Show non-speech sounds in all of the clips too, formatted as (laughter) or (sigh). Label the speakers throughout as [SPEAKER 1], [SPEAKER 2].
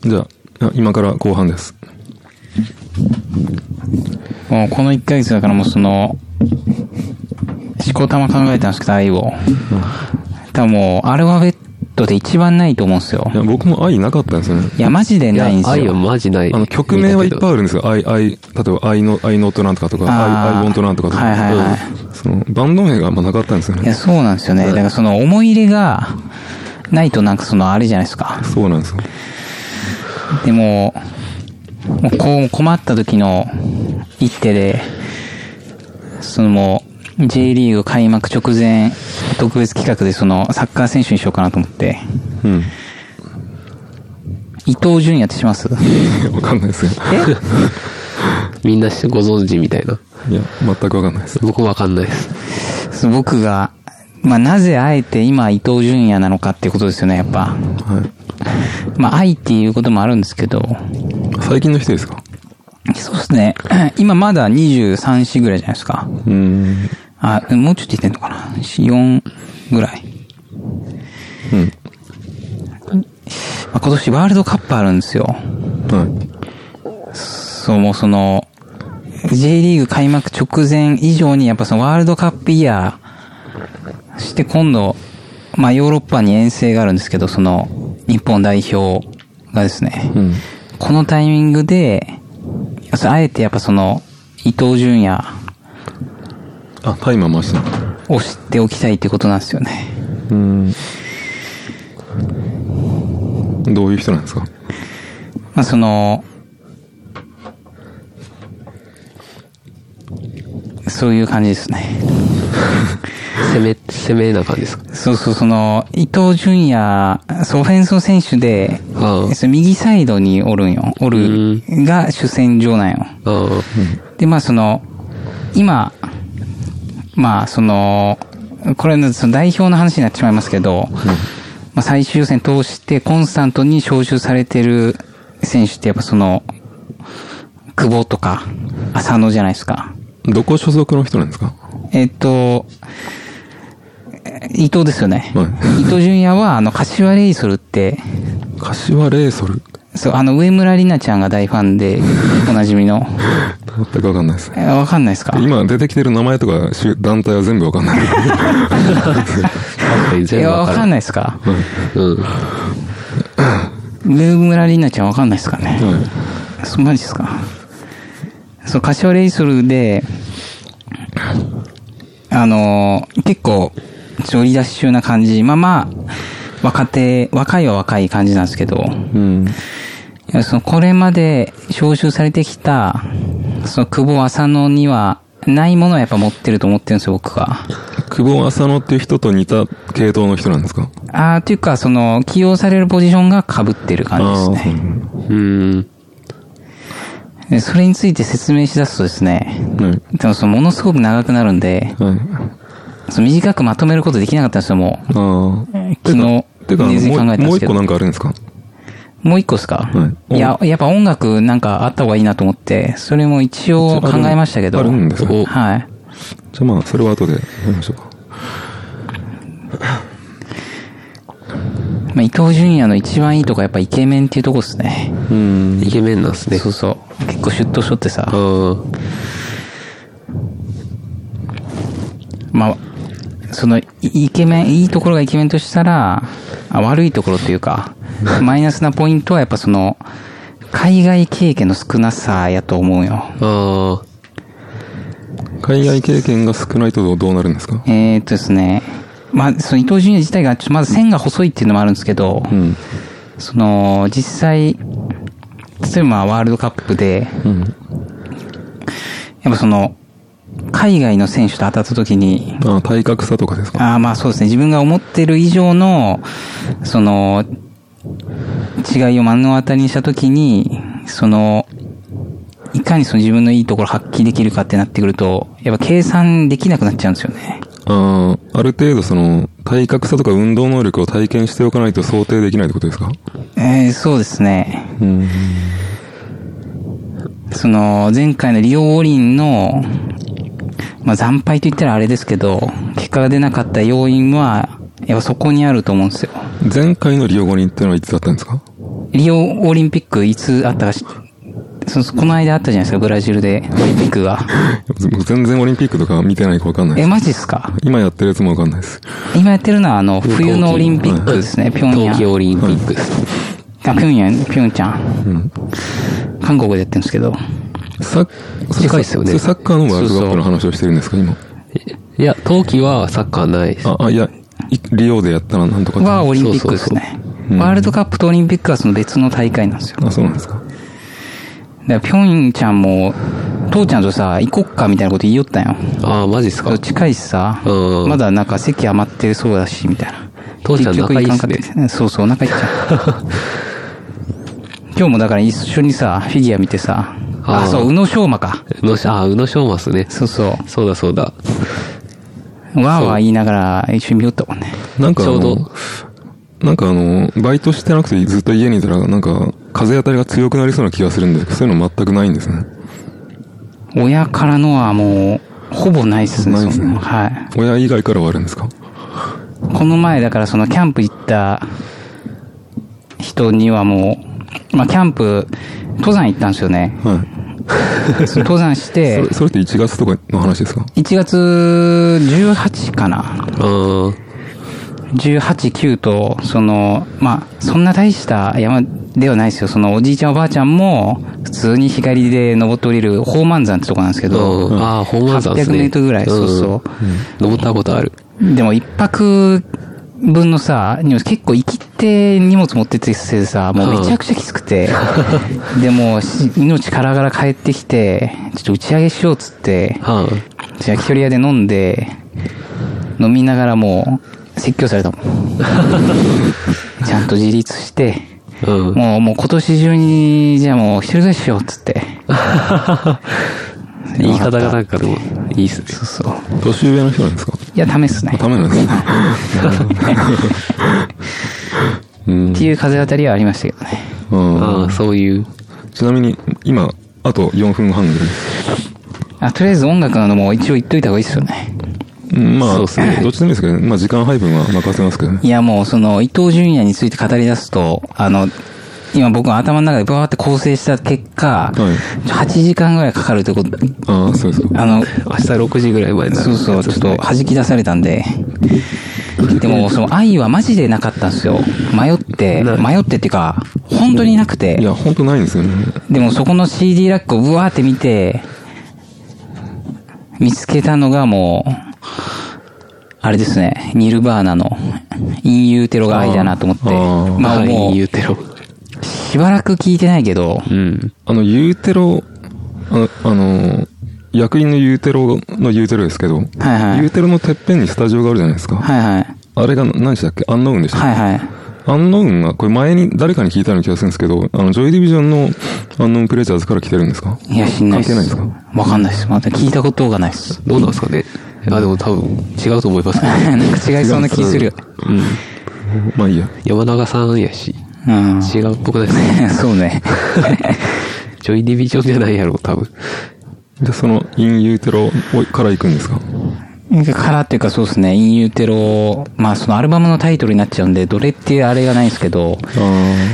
[SPEAKER 1] じゃあ、あ今から後半です。
[SPEAKER 2] もうこの1ヶ月だからもうその、しこたま考えたんですけど、愛を。多分もう、アルファベットで一番ないと思うんですよ
[SPEAKER 1] い。や、僕も愛なかったんですよね。
[SPEAKER 2] いや、マジでないんです
[SPEAKER 3] 愛は
[SPEAKER 2] よ。
[SPEAKER 3] マジない。
[SPEAKER 1] あの、曲名はいっぱい
[SPEAKER 3] い。
[SPEAKER 1] あるんですよ。愛、愛、例えば、愛の、愛ノートなんとかとか、
[SPEAKER 2] あー
[SPEAKER 1] 愛、愛ボントなんとかとか。
[SPEAKER 2] はいはいはい
[SPEAKER 1] その、バンド名があんまなかったんですよ
[SPEAKER 2] いや、
[SPEAKER 1] ね。
[SPEAKER 2] そうなんですよね。だからその思い入れが、ないとなんかそのあれじゃないですか。
[SPEAKER 1] そうなんですよ。
[SPEAKER 2] でも、もうこう困った時の一手で、そのもう、J リーグ開幕直前、特別企画でそのサッカー選手にしようかなと思って、
[SPEAKER 1] うん。 (laughs)
[SPEAKER 2] 伊東純也ってします
[SPEAKER 1] わかんないですよ。
[SPEAKER 3] みんなしてご存知みたいな。
[SPEAKER 1] いや、全くわかんないです。
[SPEAKER 3] 僕もわかんないです。
[SPEAKER 2] そう僕が、まあなぜあえて今伊東純也なのかっていうことですよね、やっぱ。
[SPEAKER 1] はい。
[SPEAKER 2] まあ愛っていうこともあるんですけど、
[SPEAKER 1] 最近の人ですか
[SPEAKER 2] そうですね。 (clears throat) 今まだ23歳ぐらいじゃないですか。
[SPEAKER 1] うーん。
[SPEAKER 2] あ、もうちょっといってんのかな ?4 ぐらい。
[SPEAKER 1] うん。
[SPEAKER 2] まあ今年ワールドカップあるんですよ。
[SPEAKER 1] はい。
[SPEAKER 2] そう、もうその、J リーグ開幕直前以上に、やっぱそのワールドカップイヤー、そして今度、まあヨーロッパに遠征があるんですけど、その、日本代表がですね、
[SPEAKER 1] うん。
[SPEAKER 2] このタイミングで、そうあえてやっぱその、伊東純也
[SPEAKER 1] あ、タイマー回した。
[SPEAKER 2] を知っておきたいってことなんですよね。
[SPEAKER 1] うーん。どういう人なんですか
[SPEAKER 2] まあその、そういう感じですね。
[SPEAKER 3] 攻め、攻めな感じですか。
[SPEAKER 2] そうそう、その、伊東純也、そうオフェンスの選手で、
[SPEAKER 3] ああ
[SPEAKER 2] そう右サイドにおるんよ。おるが主戦場なんよ。
[SPEAKER 3] ああ、
[SPEAKER 2] で、まあその、今、まあその、これのその代表の話になってしまいますけど、まあ最終戦通してコンスタントに招集されてる選手ってやっぱその、久保とか、浅野じゃないですか。
[SPEAKER 1] どこ所属の人なんですか
[SPEAKER 2] えっと、伊藤ですよね。
[SPEAKER 1] は
[SPEAKER 2] 伊藤純也は、あの、柏レイソルって、
[SPEAKER 1] 柏レイソル。
[SPEAKER 2] そう、あの、上村里奈ちゃんが大ファンで、おなじみの。
[SPEAKER 1] 全くわかんないです。
[SPEAKER 2] えわかんないですか
[SPEAKER 1] 今出てきてる名前とか集団体は全部わかんない。
[SPEAKER 3] 確かに
[SPEAKER 2] い
[SPEAKER 3] 全部
[SPEAKER 2] や、わ
[SPEAKER 3] わか
[SPEAKER 2] か
[SPEAKER 3] る。
[SPEAKER 2] んないですか
[SPEAKER 3] うん。
[SPEAKER 2] 上村里奈ちゃんわかんないですかね。
[SPEAKER 1] は
[SPEAKER 2] そマジですか。そう、柏レイソルで、あのー結構、売り出し中な感じ。まあまあ、若手、若いは若い感じなんですけど、
[SPEAKER 1] い。うん。
[SPEAKER 2] いやそのこれまで招集されてきた、その久保浅野にはないものをやっぱ持ってると思ってるんですよ、僕が。
[SPEAKER 1] 久保浅野っていう人と似た系統の人なんですか
[SPEAKER 2] あー、というか、その、起用されるポジションが被ってる感じですね。
[SPEAKER 3] うん。
[SPEAKER 2] でそれについて説明しだすとですね、
[SPEAKER 1] あ、はい。
[SPEAKER 2] でもそのものすごく長くなるんで、
[SPEAKER 1] はい。
[SPEAKER 2] その短くまとめることできなかったんですよ、もう。
[SPEAKER 1] あ
[SPEAKER 2] 昨日
[SPEAKER 1] あ。、てか、
[SPEAKER 2] 寝ずに考
[SPEAKER 1] も
[SPEAKER 2] え
[SPEAKER 1] う
[SPEAKER 2] たんで
[SPEAKER 1] もう
[SPEAKER 2] すけ
[SPEAKER 1] 一個
[SPEAKER 2] ど。
[SPEAKER 1] な
[SPEAKER 2] も
[SPEAKER 1] んかあるんですか
[SPEAKER 2] う一個ですか、
[SPEAKER 1] はい
[SPEAKER 2] いや、やっぱ音楽なんかあった方がいいなと思って、それも一応考えましたけど。
[SPEAKER 1] あるんですかじゃ
[SPEAKER 2] はい。
[SPEAKER 1] あまあ、それは後でやりましょうか。
[SPEAKER 2] まあ、伊藤純也の一番いいとこやっぱイケメンっていうとこですね。
[SPEAKER 1] うん。
[SPEAKER 3] イケメンなんすね。
[SPEAKER 2] そうそう。結構シュッとしとってさ。
[SPEAKER 3] あ
[SPEAKER 2] まあ、その、いイケメン、いいところがイケメンとしたら、あ悪いところというか、 (laughs) マイナスなポイントはやっぱその、海外経験の少なさやと思うよ。
[SPEAKER 3] あ、ああ、
[SPEAKER 1] 海外経験が少ないとどうなるんですか
[SPEAKER 2] えー、っとですね、まあ、その伊藤純也自体が、ちょっとまず線が細いっていうのもあるんですけど、
[SPEAKER 1] うん。
[SPEAKER 2] その、実際、例えばまあワールドカップで、
[SPEAKER 1] うん。
[SPEAKER 2] やっぱその、海外の選手と当たった時に、
[SPEAKER 1] ああ、体格差とかですか
[SPEAKER 2] ああ、まあそうですね。自分が思ってる以上の、その、違いを目の当たりにしたときに、その、いかにその自分のいいところ発揮できるかってなってくると、やっぱ計算できなくなっちゃうんですよね。
[SPEAKER 1] ああ、ある程度その、体格差とか運動能力を体験しておかないと想定できないってことですか
[SPEAKER 2] えー、そうですね。
[SPEAKER 1] うん。
[SPEAKER 2] その、前回のリオ五輪の、まあ、惨敗と言ったらあれですけど、結果が出なかった要因は、やっぱそこにあると思うんですよ。
[SPEAKER 1] 前回のリオ五輪ってのはいつだったんですか
[SPEAKER 2] リオオリンピックいつあったかし、そそこの間あったじゃないですか、ブラジルでオリンピックが。
[SPEAKER 1] (laughs) 全然オリンピックとか見てないかわかんないで
[SPEAKER 2] え、
[SPEAKER 1] す。
[SPEAKER 2] マジっすか
[SPEAKER 1] 今やってるやつもわかんないです。
[SPEAKER 2] 今やってるのはあの、冬のオリンピックですね、ピョンヤン。
[SPEAKER 3] 東京オリンピックです。
[SPEAKER 2] あ、ピョンヤン、ピョンチャン。韓国でやってるんですけど。
[SPEAKER 1] サッ、それ
[SPEAKER 3] 近いっすよね
[SPEAKER 1] それサッカーのワールドカップの話をしてるんですか、今。
[SPEAKER 3] いや、冬季はサッカーないです。
[SPEAKER 1] あ、あ、いや、いリオでやったらなんとかって
[SPEAKER 2] はオリンピックですね
[SPEAKER 1] う。ん
[SPEAKER 2] ワールドカップとオリンピックはその別の大会なんですよ。
[SPEAKER 1] あ、そうなんですか。
[SPEAKER 2] だから、ピョンちゃんも、父ちゃんとさ、行こっかみたいなこと言いよったんよ。
[SPEAKER 3] ああ、マジっす
[SPEAKER 2] そ
[SPEAKER 3] か
[SPEAKER 2] う近いしさ、
[SPEAKER 3] うん
[SPEAKER 2] まだなんか席余ってそうだし、みたいな。
[SPEAKER 3] 父ちゃん
[SPEAKER 2] 結局行かかっ
[SPEAKER 3] 仲いいっす
[SPEAKER 2] たそうそう、仲いいっちゃう。 (laughs) 今日もだから一緒にさ、フィギュア見てさ、あ
[SPEAKER 3] あー
[SPEAKER 2] そう、宇野昌磨か。
[SPEAKER 3] 宇野しああ、宇野昌磨っすね。
[SPEAKER 2] そうそ
[SPEAKER 3] そうだそうだ。
[SPEAKER 2] う。わーわー言いながら一緒に見よったもんね。
[SPEAKER 1] なんかあ
[SPEAKER 3] ちょう
[SPEAKER 1] の
[SPEAKER 3] ど、
[SPEAKER 1] なんかあの、バイトしてなくてずっと家にいたら、なんか、風当たりが強くなりそうな気がするんですけど、そういうの全くないんですね。
[SPEAKER 2] 親からのはもう、ほぼないっすね、
[SPEAKER 1] ないっすね
[SPEAKER 2] そんなはい。
[SPEAKER 1] 親以外からはあるんですか
[SPEAKER 2] この前だからそのキャンプ行った人にはもう、まあキャンプ、登山行ったんですよね。
[SPEAKER 3] (laughs)
[SPEAKER 1] はい。
[SPEAKER 2] その登山し
[SPEAKER 1] そ
[SPEAKER 2] て
[SPEAKER 1] れ、、それって1月とかの話ですか
[SPEAKER 2] 1月18かな
[SPEAKER 3] うーん。
[SPEAKER 2] 18、9と、その、まあ、そんな大した山ではないですよ。そのおじいちゃんおばあちゃんも、普通に日帰りで登って降りる宝満山ってとこなんですけど、
[SPEAKER 3] うんああ、ホームランさんっすね。
[SPEAKER 2] 800メートルぐらいそうそう
[SPEAKER 3] うん。登ったことある。
[SPEAKER 2] でも一泊分のさ、荷物結構生きて荷物持ってってせいでさ、もうめちゃくちゃきつくて、でもし命からがら帰ってきて、ちょっと打ち上げしようっつって、
[SPEAKER 3] は
[SPEAKER 2] じゃあ焼き鳥屋で飲んで、飲みながらもう説教されたもん。ちゃんと自立して、
[SPEAKER 3] い。うん。
[SPEAKER 2] もうもう今年中に、じゃあもう一人暮らししようっつって。
[SPEAKER 3] 言い方がなんかでも、いいっすね。
[SPEAKER 2] そうそう。
[SPEAKER 1] 年上の人なんですか
[SPEAKER 2] いや、ダメっすね。
[SPEAKER 1] ダメなん
[SPEAKER 3] (laughs)
[SPEAKER 1] ですね。うん
[SPEAKER 2] っ。ていう風当たりはありましたけどね。
[SPEAKER 1] うん
[SPEAKER 3] ああ、そういう。
[SPEAKER 1] ちなみに、今、あと4分半ぐらいです。
[SPEAKER 2] あ、とりあえず音楽なのも一応言っといた方がいいですよね。
[SPEAKER 1] うんまあ、
[SPEAKER 3] そうっすね
[SPEAKER 1] どっちでもいいですけどね、まあ時間配分は任せますけどね。
[SPEAKER 2] いや、もうその、伊藤純也について語り出すと、あの、今僕は頭の中でバーって構成した結果、
[SPEAKER 1] い
[SPEAKER 2] 8時間ぐらいかかるということ、
[SPEAKER 1] ああ、そうですか。
[SPEAKER 2] あの、
[SPEAKER 3] 明日6時ぐらいまでにな
[SPEAKER 2] そ
[SPEAKER 3] る。
[SPEAKER 2] うそう、ちょっと弾き出されたんで。 (laughs) でも、その愛はマジでなかったんですよ。迷って、
[SPEAKER 3] な
[SPEAKER 2] 迷ってっていうか、本当になく
[SPEAKER 1] い
[SPEAKER 2] て。
[SPEAKER 1] や、本当ないんですよね。
[SPEAKER 2] でもそこの CD ラックをブワーって見て、見つけたのがもう、あれですね、ニルバーナの、インユーテロが愛だなと思って。
[SPEAKER 1] あー
[SPEAKER 2] まあ
[SPEAKER 3] はい
[SPEAKER 2] も
[SPEAKER 3] 言
[SPEAKER 2] う、
[SPEAKER 3] うてろ。
[SPEAKER 2] しばらく聞いてないけど、
[SPEAKER 3] うん。
[SPEAKER 1] あの、ユーテロ、あの、あの役員のユーテロのユーテロですけど、
[SPEAKER 2] はいはい
[SPEAKER 1] ユーテロのてっぺんにスタジオがあるじゃないですか。
[SPEAKER 2] はいはい。
[SPEAKER 1] あれが何でしたっけアンノウンでしたっけ、
[SPEAKER 2] はいはい。
[SPEAKER 1] アンノウンは、これ前に誰かに聞いたような気がするんですけど、あの、ジョイディビジョンのアンノウンプレジャーズから来てるんですか
[SPEAKER 2] いや、しんないっす。
[SPEAKER 1] 関係ないで
[SPEAKER 2] わかんないっす。まだ聞いたことがないっす。
[SPEAKER 3] どうなんですかね。あ、でも多分、違うと思いますけど。
[SPEAKER 2] (laughs) なんか違いそうな気するよ。
[SPEAKER 3] うん。
[SPEAKER 1] まあいいや。
[SPEAKER 3] 山永さんやし、
[SPEAKER 2] うん。
[SPEAKER 3] 違うっぽくない
[SPEAKER 2] (laughs)
[SPEAKER 3] ですか
[SPEAKER 2] そうね。
[SPEAKER 3] ジョイディビジョンじゃないやろ、多分。
[SPEAKER 1] じゃあその、インユーテロから行くんですか
[SPEAKER 2] からっていうかそうですね、インユーテロ、まあそのアルバムのタイトルになっちゃうんで、どれっていうあれがないんですけど、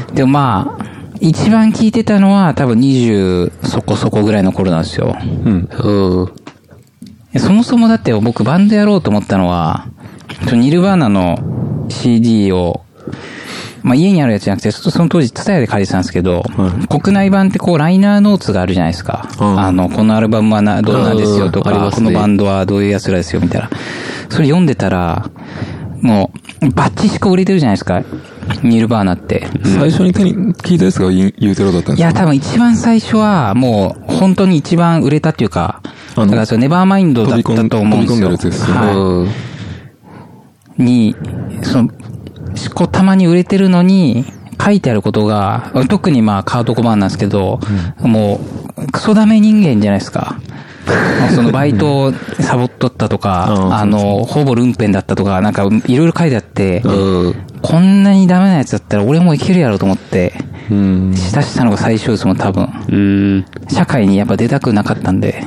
[SPEAKER 1] あ
[SPEAKER 2] でもまあ、一番聞いてたのは多分20そこそこぐらいの頃なんですよ。
[SPEAKER 1] あ、うん。
[SPEAKER 3] うん。
[SPEAKER 2] そもそもだって僕バンドやろうと思ったのは、ちょニルバーナの CD を、まあ家にあるやつじゃなくて、そその当時、ツタヤで借りてたんですけど、国内版ってこう、ライナーノーツがあるじゃないですか。
[SPEAKER 1] うん
[SPEAKER 2] あの、このアルバムはなどうなんですよと
[SPEAKER 3] うんあり
[SPEAKER 2] か、
[SPEAKER 3] ます
[SPEAKER 2] こ
[SPEAKER 3] ね
[SPEAKER 2] のバンドはどういう奴らですよみたいな。それ読んでたら、もう、バッチしか売れてるじゃないですか。ニルバーナって。
[SPEAKER 1] 最初に手に聞いたやつがインユーテロだったん
[SPEAKER 2] い
[SPEAKER 1] です
[SPEAKER 2] や、
[SPEAKER 1] か
[SPEAKER 2] 多分一番最初は、もう、本当に一番売れたっていうか、
[SPEAKER 1] あ
[SPEAKER 2] だ
[SPEAKER 1] の
[SPEAKER 2] からそれネバーマインドだっ
[SPEAKER 1] 飛び込
[SPEAKER 2] た
[SPEAKER 1] ん
[SPEAKER 2] と思うんですよ。
[SPEAKER 1] 飛び込んでるやつですよね
[SPEAKER 2] はい
[SPEAKER 3] うん。
[SPEAKER 2] に、その、しこたまに売れてるのに、書いてあることが、特にまあカード5番なんですけど、もう、クソダメ人間じゃないですか。そのバイトをサボっとったとか、
[SPEAKER 1] うん
[SPEAKER 2] あの、ほぼルンペンだったとか、なんかいろいろ書いてあって、
[SPEAKER 3] うん。
[SPEAKER 2] こんなにダメなやつだったら俺もいけるやろと思って、
[SPEAKER 1] うん。
[SPEAKER 2] したしたのが最初ですもん、多分。
[SPEAKER 3] うん。
[SPEAKER 2] 社会にやっぱ出たくなかったんで。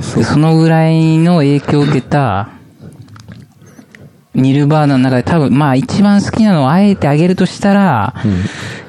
[SPEAKER 2] そのぐらいの影響を受けた、ニルバーナの中で多分、まあ一番好きなのをあえてあげるとしたら、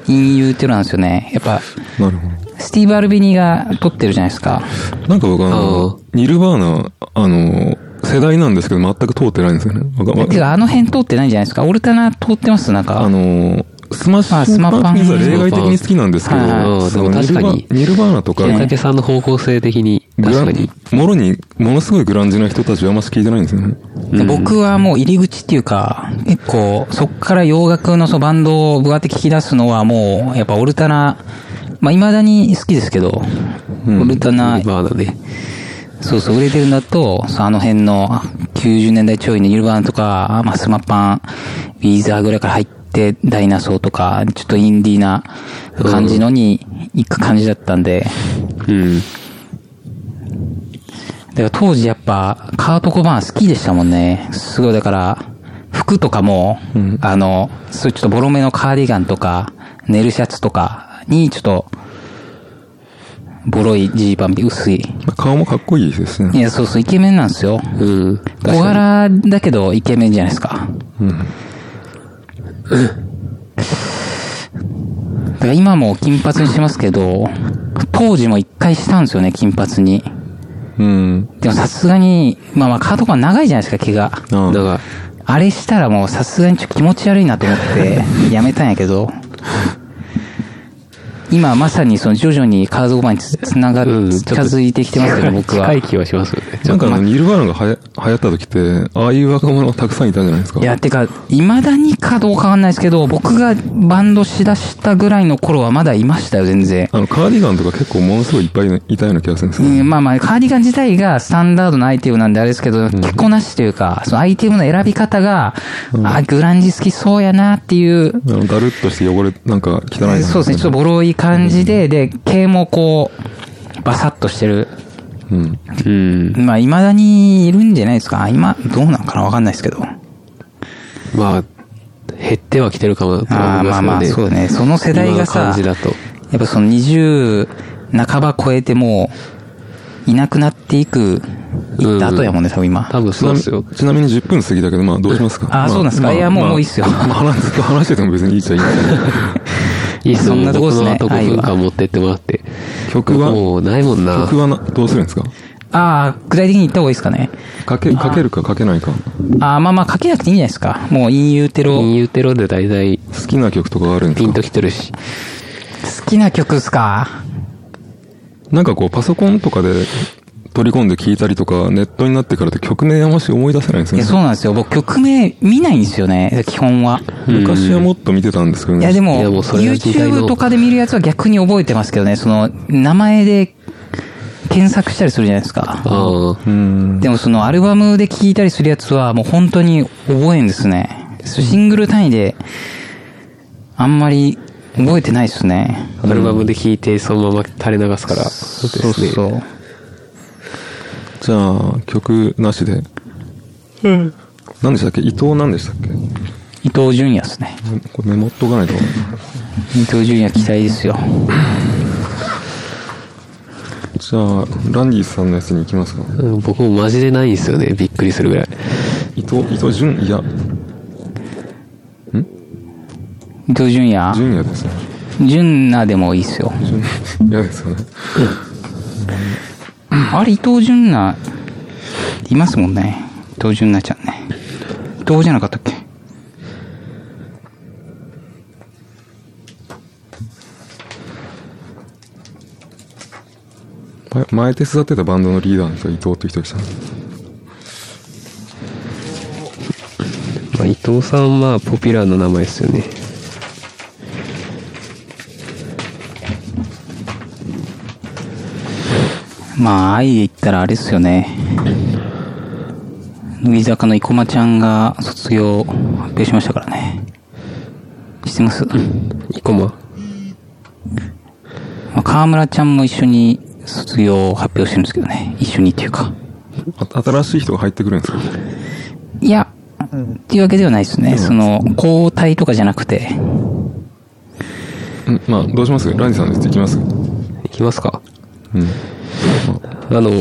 [SPEAKER 2] 隠遊っていうのなんですよね。やっぱ、
[SPEAKER 1] なるほど。
[SPEAKER 2] スティーブ・アルビニが撮ってるじゃないですか。
[SPEAKER 1] なんか僕あの
[SPEAKER 3] あー
[SPEAKER 1] ニルバーナ、あの、世代なんですけど、全く通ってないんですよね。わか
[SPEAKER 2] てか、あの辺通ってないんじゃないですか。オルタナ通ってますなん
[SPEAKER 1] あ
[SPEAKER 2] か。
[SPEAKER 1] の、スマッシ
[SPEAKER 2] あスマ
[SPEAKER 1] ュ
[SPEAKER 2] パ
[SPEAKER 1] パ
[SPEAKER 2] ン
[SPEAKER 1] ンクスは例外的に好きなんですけど、
[SPEAKER 2] はいはい
[SPEAKER 3] うん
[SPEAKER 1] その
[SPEAKER 3] でも確かに
[SPEAKER 1] ニルバニルバーナとか、
[SPEAKER 3] 平武さんの方向性的に、
[SPEAKER 1] グラ
[SPEAKER 3] 確
[SPEAKER 1] ン
[SPEAKER 3] かに。
[SPEAKER 1] もろに、ものすごいグランジな人たちはあんまし聞いてないんですよね。
[SPEAKER 2] で僕はもう入り口っていうか、結構、そっから洋楽のそのバンドをぶわって聞き出すのはもう、やっぱオルタナ、まあ未だに好きですけど、
[SPEAKER 1] ん
[SPEAKER 2] オルタナ、
[SPEAKER 3] まあだね。
[SPEAKER 2] そうそう、売れてるんだと、そうあの辺の90年代ちょいのニルバーナとか、まあ、スマパン、ウィーザーぐらいから入って、ダイナソーとか、ちょっとインディーな感じのに行く感じだったんで、
[SPEAKER 3] うん。
[SPEAKER 2] だから当時やっぱ、カート・コバーン好きでしたもんね。すごい、だから、服とかも、あの、そういうちょっとボロめのカーディガンとか、ネルシャツとかに、ちょっと、ボロいジーパンみたいな薄い。
[SPEAKER 1] 顔もかっこいいです
[SPEAKER 2] い
[SPEAKER 1] ね。
[SPEAKER 2] や、そうそう、イケメンなんですよ。
[SPEAKER 3] うん。
[SPEAKER 2] 小柄だけどイケメンじゃないですか。だから今も金髪にしてますけど、当時も一回したんですよね、金髪に。
[SPEAKER 1] うん。
[SPEAKER 2] でもさすがに、まあまあカートコバーン長いじゃないですか、毛が。
[SPEAKER 1] ああ
[SPEAKER 3] だから、
[SPEAKER 2] あれしたらもうさすがにちょっと気持ち悪いなと思って、やめたんやけど。今まさにその徐々にカートコバーンにつつなが
[SPEAKER 3] う
[SPEAKER 2] る、
[SPEAKER 3] ん
[SPEAKER 2] 近づいてきてますけど、僕は。
[SPEAKER 3] 近い
[SPEAKER 2] い
[SPEAKER 3] 気はしますよね。
[SPEAKER 1] なんかあの、ニルバーナがはや流行った時って、ああいう若者がたくさんいたんじゃないですか。
[SPEAKER 2] や、てか、未だにかどうかわかんないですけど、僕がバンドしだしたぐらいの頃はまだいましたよ、全然。
[SPEAKER 1] あの、カーディガンとか結構ものすごいいっぱいいたような気がするんです
[SPEAKER 2] う
[SPEAKER 1] よね。
[SPEAKER 2] ん、まあまあ、カーディガン自体がスタンダードなアイテムなんであれですけど、着こなしというか、そのアイテムの選び方が、あ、グランジ好きそうやなっていう
[SPEAKER 1] あの、だるっとして汚れ、なんか汚いな
[SPEAKER 2] そうですね、ちょっとボロい感じで、で、毛もこう、バサッとしてる。
[SPEAKER 1] うん。
[SPEAKER 3] うん。
[SPEAKER 2] まあ、未だにいるんじゃないですか。今、どうなんかなわかんないですけど。
[SPEAKER 3] まあ、減ってはきてるかもとは
[SPEAKER 2] ああ、
[SPEAKER 3] 思いま
[SPEAKER 2] ますあ
[SPEAKER 3] けどね。
[SPEAKER 2] まあ、そうだね。その世代がさ、
[SPEAKER 3] 今の感じだと
[SPEAKER 2] やっぱその20半ば超えてもう、いなくなっていく、
[SPEAKER 3] うん
[SPEAKER 2] いった後やもんね、多分今。
[SPEAKER 3] 多分
[SPEAKER 1] ち
[SPEAKER 3] そう
[SPEAKER 1] な
[SPEAKER 3] で
[SPEAKER 1] み
[SPEAKER 3] すよ。
[SPEAKER 1] ちなみに10分過ぎたけど、まあどうしますか。
[SPEAKER 2] あーそうなんですかいやもうもういいっすよ
[SPEAKER 1] 話 (laughs) ずっと話してても別にいいっちゃいいんだけど。
[SPEAKER 3] いいっす
[SPEAKER 2] そ
[SPEAKER 3] よ
[SPEAKER 2] んなとこっすね
[SPEAKER 3] 僕のあと5分間持ってってもらって。
[SPEAKER 1] 曲は
[SPEAKER 3] もうないもんな。
[SPEAKER 1] 曲はなどうするんですか
[SPEAKER 2] ああ、具体的に言った方がいいですかね。
[SPEAKER 1] かけ、かけるかかけないか。
[SPEAKER 2] ああ、まあまあ、かけなくていいんじゃないですか。もう、インユーテロ。
[SPEAKER 3] インユーテロで大体
[SPEAKER 1] 好きな曲とかあるんです
[SPEAKER 3] ピ
[SPEAKER 1] か
[SPEAKER 3] ンときてるし。
[SPEAKER 2] 好きな曲っすか
[SPEAKER 1] なんかこう、パソコンとかで取り込んで聴いたりとか、ネットになってからって曲名あんまし思い出せないんです
[SPEAKER 2] い
[SPEAKER 1] よ
[SPEAKER 2] や、
[SPEAKER 1] ね。
[SPEAKER 2] そうなんですよ。僕、曲名見ないんですよね。基本は。
[SPEAKER 1] 昔はもっと見てたんですけど
[SPEAKER 2] いや、
[SPEAKER 1] ね。
[SPEAKER 2] でも、
[SPEAKER 3] いやもうそれは時代の
[SPEAKER 2] YouTube とかで見るやつは逆に覚えてますけどね。その、名前で検索したりするじゃないですか。
[SPEAKER 3] ああ。
[SPEAKER 1] うん。
[SPEAKER 2] でも、その、アルバムで聴いたりするやつは、もう本当に覚えんですね。シングル単位で、あんまり覚えてないですね。
[SPEAKER 3] アルバムで聴いてそのまま垂れ流すから。そうですね。
[SPEAKER 2] そう。
[SPEAKER 1] じゃあ、曲なしで。何でしたっけ伊藤何でしたっけ
[SPEAKER 2] 伊藤淳也ですね。
[SPEAKER 1] これメモっとかないと。
[SPEAKER 2] 伊藤淳也期待ですよ。
[SPEAKER 1] じゃあ、ランディさんのやつに行きますか。
[SPEAKER 3] うん僕もマジでないんですよね。びっくりするぐらい。
[SPEAKER 1] 伊藤、伊藤純、いや、
[SPEAKER 2] 伊藤淳也
[SPEAKER 1] 純也ですね。
[SPEAKER 2] 淳也でもいいですよ。
[SPEAKER 1] 純也ですよね。
[SPEAKER 2] あれ、伊藤純奈、いますもんね。伊藤純奈ちゃんね。伊藤じゃなかったっけ
[SPEAKER 1] 前前手伝ってたバンドのリーダーの人、伊藤っていう人でしたね。
[SPEAKER 3] まあ、伊藤さんはポピュラーな名前ですよね。
[SPEAKER 2] まあ、愛で言ったらあれっすよね。乃木坂の生駒ちゃんが卒業発表しましたからね。してます、
[SPEAKER 3] 生駒。
[SPEAKER 2] まあ、川村ちゃんも一緒に卒業を発表してるんですけどね。一緒にっていうか。
[SPEAKER 1] あ新しい人が入ってくるんですか
[SPEAKER 2] いや、っていうわけではないですね。その、交代とかじゃなくて。
[SPEAKER 1] うん、まあ、どうしますランディさんです。行きます
[SPEAKER 3] いきますか。
[SPEAKER 1] うん。
[SPEAKER 3] あの、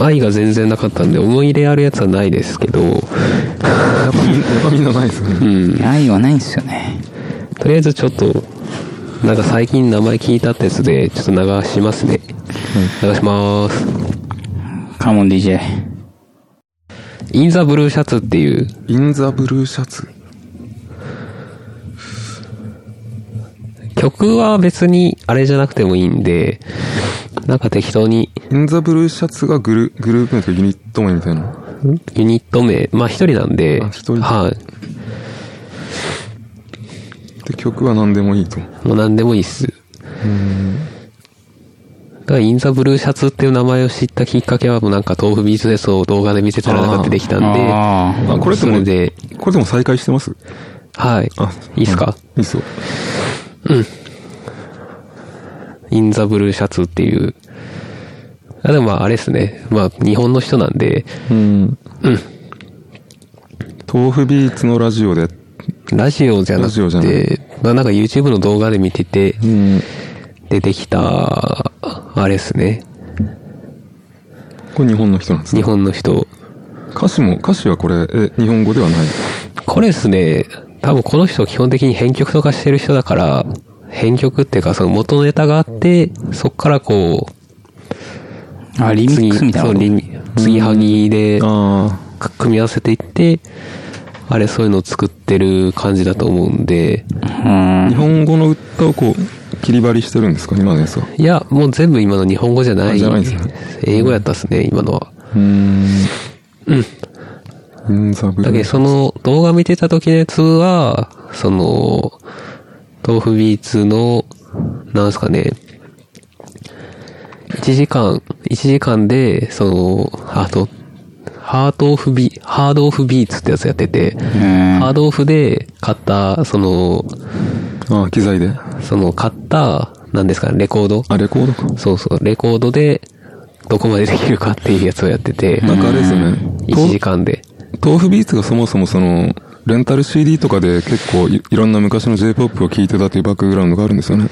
[SPEAKER 3] 愛が全然なかったんで、思い入れあるやつはないですけど、
[SPEAKER 1] やっぱみんやっぱみんなないですよ
[SPEAKER 3] う
[SPEAKER 1] ね。
[SPEAKER 3] ん。
[SPEAKER 2] 愛はないんですよね。
[SPEAKER 3] とりあえずちょっと、なんか最近名前聞いたってやつで、ちょっと流しますね。流しまーす。
[SPEAKER 2] カモン DJ。
[SPEAKER 3] インザブルーシャツっていう、
[SPEAKER 1] インザブルーシャツ。
[SPEAKER 3] 曲は別にあれじゃなくてもいいんで、なんか適当に
[SPEAKER 1] インザブルーシャツがグルグループ名とかユニット名みたいな。
[SPEAKER 3] ユニット名、まあ一人なんで、
[SPEAKER 1] あ一人
[SPEAKER 3] はい。
[SPEAKER 1] で、曲は何でもいいと。
[SPEAKER 3] もう何でもいいっす。だから、インザブルーシャツっていう名前を知ったきっかけは、もうなんか、豆腐ビーズフェスを動画で見せたらなんか出てきたんで、
[SPEAKER 2] あー
[SPEAKER 1] あ、これって
[SPEAKER 3] そ
[SPEAKER 1] も
[SPEAKER 3] れ
[SPEAKER 1] う、
[SPEAKER 3] で、
[SPEAKER 1] これでも再開してます
[SPEAKER 3] はい
[SPEAKER 1] あ。、
[SPEAKER 3] いいっすか、
[SPEAKER 1] いいっすよ。
[SPEAKER 3] インザブルーシャツっていう。あでもまあ、あれっすね。まあ、日本の人なんで、
[SPEAKER 1] うん。豆腐ビーツのラジオで、
[SPEAKER 3] ラジオじゃな
[SPEAKER 1] ラジオじゃ
[SPEAKER 3] く
[SPEAKER 1] な
[SPEAKER 3] て、まあなんか YouTube の動画で見てて、
[SPEAKER 1] うん。
[SPEAKER 3] 出てきた、あれっすね。
[SPEAKER 1] これ日本の人なんです
[SPEAKER 3] 日
[SPEAKER 1] ね。
[SPEAKER 3] 本の人。
[SPEAKER 1] 歌詞も、歌詞はこれ、え、日本語ではない。
[SPEAKER 3] これですね、多分この人基本的に編曲とかしてる人だから、編曲っていうかその元ネタがあって、そっからこう、
[SPEAKER 2] あ、リミックスみたいな
[SPEAKER 3] そう、
[SPEAKER 2] こと
[SPEAKER 3] リミ継ぎはぎで
[SPEAKER 1] あ
[SPEAKER 3] か組み合わせていって、あれそういうのを作ってる感じだと思うんで、
[SPEAKER 1] あ。日本語の歌をこう、切り張りしてるんですか、今のやつは。
[SPEAKER 3] いや、もう全部今の日本語じゃな
[SPEAKER 1] あ
[SPEAKER 3] い。
[SPEAKER 1] じゃないんですね
[SPEAKER 3] 英語やったっすね、今のは。
[SPEAKER 1] うん。うん。インザブル
[SPEAKER 3] だけ
[SPEAKER 1] ー。
[SPEAKER 3] どその動画見てた時のやつは、その、豆腐ビーツの、なんすかね、1時間、一時間で、その、あと、ハートオフビ、ハードオフビーツってやつやってて、
[SPEAKER 2] へー
[SPEAKER 3] ハードオフで買った、その、
[SPEAKER 1] あ、機材で。
[SPEAKER 3] その買った、なんですかね、レコード
[SPEAKER 1] あ、レコードか。
[SPEAKER 3] そうそう、レコードで、どこまでできるかっていうやつをやってて、
[SPEAKER 1] なんかあれですよね。
[SPEAKER 3] 1時間で。
[SPEAKER 1] 豆腐ビーツがそもそもその、レンタル CD とかで結構いいろんな昔の J-POP を聴いてたというバックグラウンドがあるんですよね。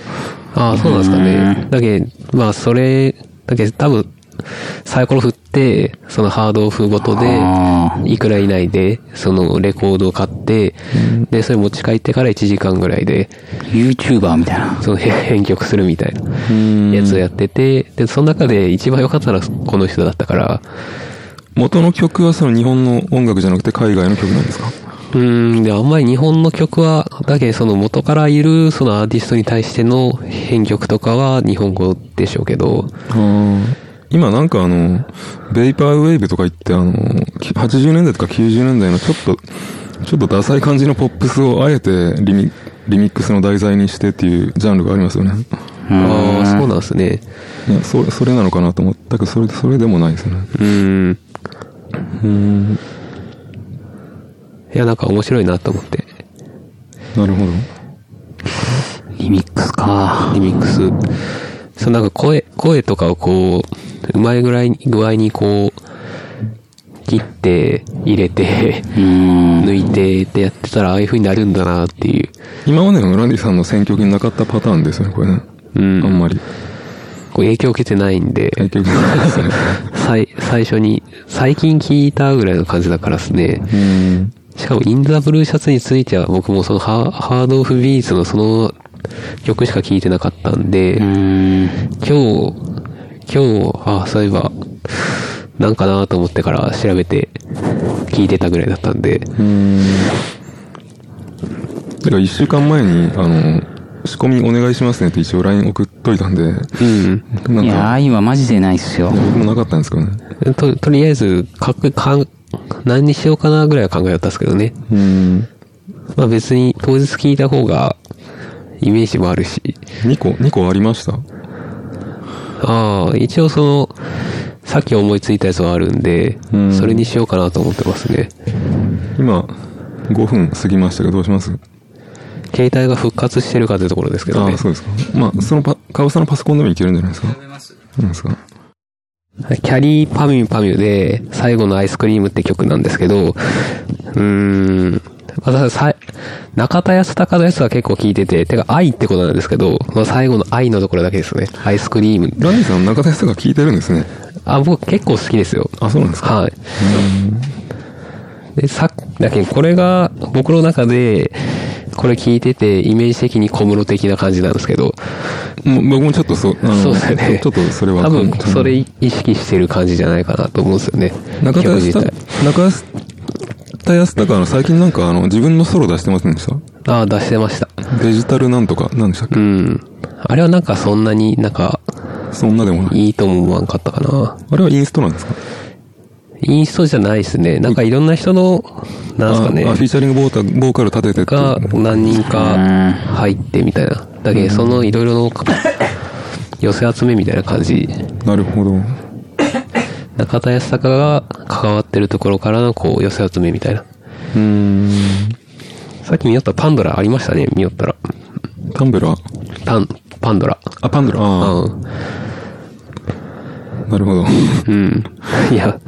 [SPEAKER 3] ああ、そうなんですかね。だけど、まあ、それ、だけど、多分、サイコロ振って、そのハードオフごとで
[SPEAKER 2] あ、
[SPEAKER 3] いくら以内で、そのレコードを買って、で、それ持ち帰ってから1時間ぐらいで、
[SPEAKER 2] YouTuber みたいな。
[SPEAKER 3] そのへ編曲するみたいなやつをやってて、で、その中で一番良かったのはこの人だったから、
[SPEAKER 1] 元の曲はその日本の音楽じゃなくて海外の曲なんですか
[SPEAKER 3] うーん、で、あんまり日本の曲は、だけどその元からいるそのアーティストに対しての編曲とかは日本語でしょうけど、
[SPEAKER 1] 今なんかあの、ベイパーウェーブとか言ってあの、き80年代とか90年代のちょっと、ちょっとダサい感じのポップスをあえてリミリミックスの題材にしてっていうジャンルがありますよね。
[SPEAKER 3] ああ、そうなんですね。
[SPEAKER 1] いや、それ、それなのかなと思ったけど、それ、それでもないですよね。
[SPEAKER 3] うーん。うん。いや、なんか面白いなと思って。
[SPEAKER 1] なるほど。
[SPEAKER 2] リミックスか。
[SPEAKER 3] リミックス。そう、なんか声、声とかをこう、うまいぐらいに、具合にこう、切って、入れて、
[SPEAKER 2] うん。
[SPEAKER 3] 抜いてってやってたら、ああいう風になるんだなっていう。
[SPEAKER 1] 今までのランディさんの選曲になかったパターンですよね、これね。
[SPEAKER 3] うん
[SPEAKER 1] あんまり。
[SPEAKER 3] こう影響を受けてないんで、
[SPEAKER 1] 選曲ないですね。
[SPEAKER 3] 最、最初に、最近聞いたぐらいの感じだからですね。
[SPEAKER 1] (laughs) うん。
[SPEAKER 3] しかも、インザブルーシャツについては、僕もそのハ、ハードオフビーツのその曲しか聴いてなかったんで、
[SPEAKER 2] うん。
[SPEAKER 3] 今日、今日、あ、そういえば、なんかなと思ってから調べて、聞いてたぐらいだったんで、
[SPEAKER 1] てか、一週間前に、あの、仕込みお願いしますねって一応 LINE 送っといたんで、
[SPEAKER 3] うん。
[SPEAKER 1] ないん
[SPEAKER 2] や、
[SPEAKER 1] か、
[SPEAKER 2] 愛はマジでないっすよ。
[SPEAKER 1] 僕もなかったんですけどね。
[SPEAKER 3] と、とりあえず、かく、かん、何にしようかなぐらいは考えだったんですけどね。
[SPEAKER 1] うん。
[SPEAKER 3] まあ別に、当日聞いた方が、イメージもあるし、
[SPEAKER 1] 2個、2個ありました。
[SPEAKER 3] ああ、一応その、さっき思いついたやつはあるんで、
[SPEAKER 1] うん
[SPEAKER 3] それにしようかなと思ってますね。
[SPEAKER 1] 今、5分過ぎましたけど、どうします
[SPEAKER 3] 携帯が復活してるかというところですけど
[SPEAKER 1] あ
[SPEAKER 3] ね
[SPEAKER 1] あ、。そうですか。まあ、そのパ、カオさんのパソコンでもいけるんじゃないですか。なんですか。
[SPEAKER 3] はいキャリーパミュパミュで、最後のアイスクリームって曲なんですけど、うーん、私さ、中田康隆のやつは結構聞いてて、てか愛ってことなんですけど、まあ最後の愛のところだけですね。アイスクリーム。
[SPEAKER 1] ランディさん、中田さんが聞いてるんですね。
[SPEAKER 3] あ、僕結構好きですよ。
[SPEAKER 1] あ、そうなんですか。
[SPEAKER 3] はい。で、さっだけどこれが僕の中で、これ聞いてて、イメージ的に小室的な感じなんですけど、
[SPEAKER 1] もう僕もちょっとそう、あの
[SPEAKER 3] そうですよね。
[SPEAKER 1] ちょっと (laughs) それは。
[SPEAKER 3] 多分、それ意識してる感じじゃないかなと思うんですよね。
[SPEAKER 1] 中田
[SPEAKER 3] 曲
[SPEAKER 1] 康
[SPEAKER 3] 自体
[SPEAKER 1] 隆、中田康隆の最近なんかあの、自分のソロ出してませんでした
[SPEAKER 3] ああ、出してました。
[SPEAKER 1] デジタルなんとか、なんでしたっけ
[SPEAKER 3] うん。あれはなんかそんなになんか、
[SPEAKER 1] そんなでもない。
[SPEAKER 3] いいとも思わんかったかな。
[SPEAKER 1] あれはインストなんですか
[SPEAKER 3] インストじゃないですね。なんかいろんな人の、なんですかね
[SPEAKER 1] ああ、。フィーチャリングボータボーカル立ててって
[SPEAKER 3] が何人か
[SPEAKER 2] うん
[SPEAKER 3] 入ってみたいな。だけど、そのいろいろの寄せ集めみたいな感じ。
[SPEAKER 1] なるほど。
[SPEAKER 3] 中田康隆が関わってるところからのこう寄せ集めみたいな。
[SPEAKER 1] うん。
[SPEAKER 3] さっき見よったパンドラありましたね、見よったら。
[SPEAKER 1] タンブラー
[SPEAKER 3] パン、パンドラ。
[SPEAKER 1] あ、パンドラ。あ
[SPEAKER 3] うん。
[SPEAKER 1] あ、なるほ (laughs) ど。
[SPEAKER 3] うん。 (laughs) いや。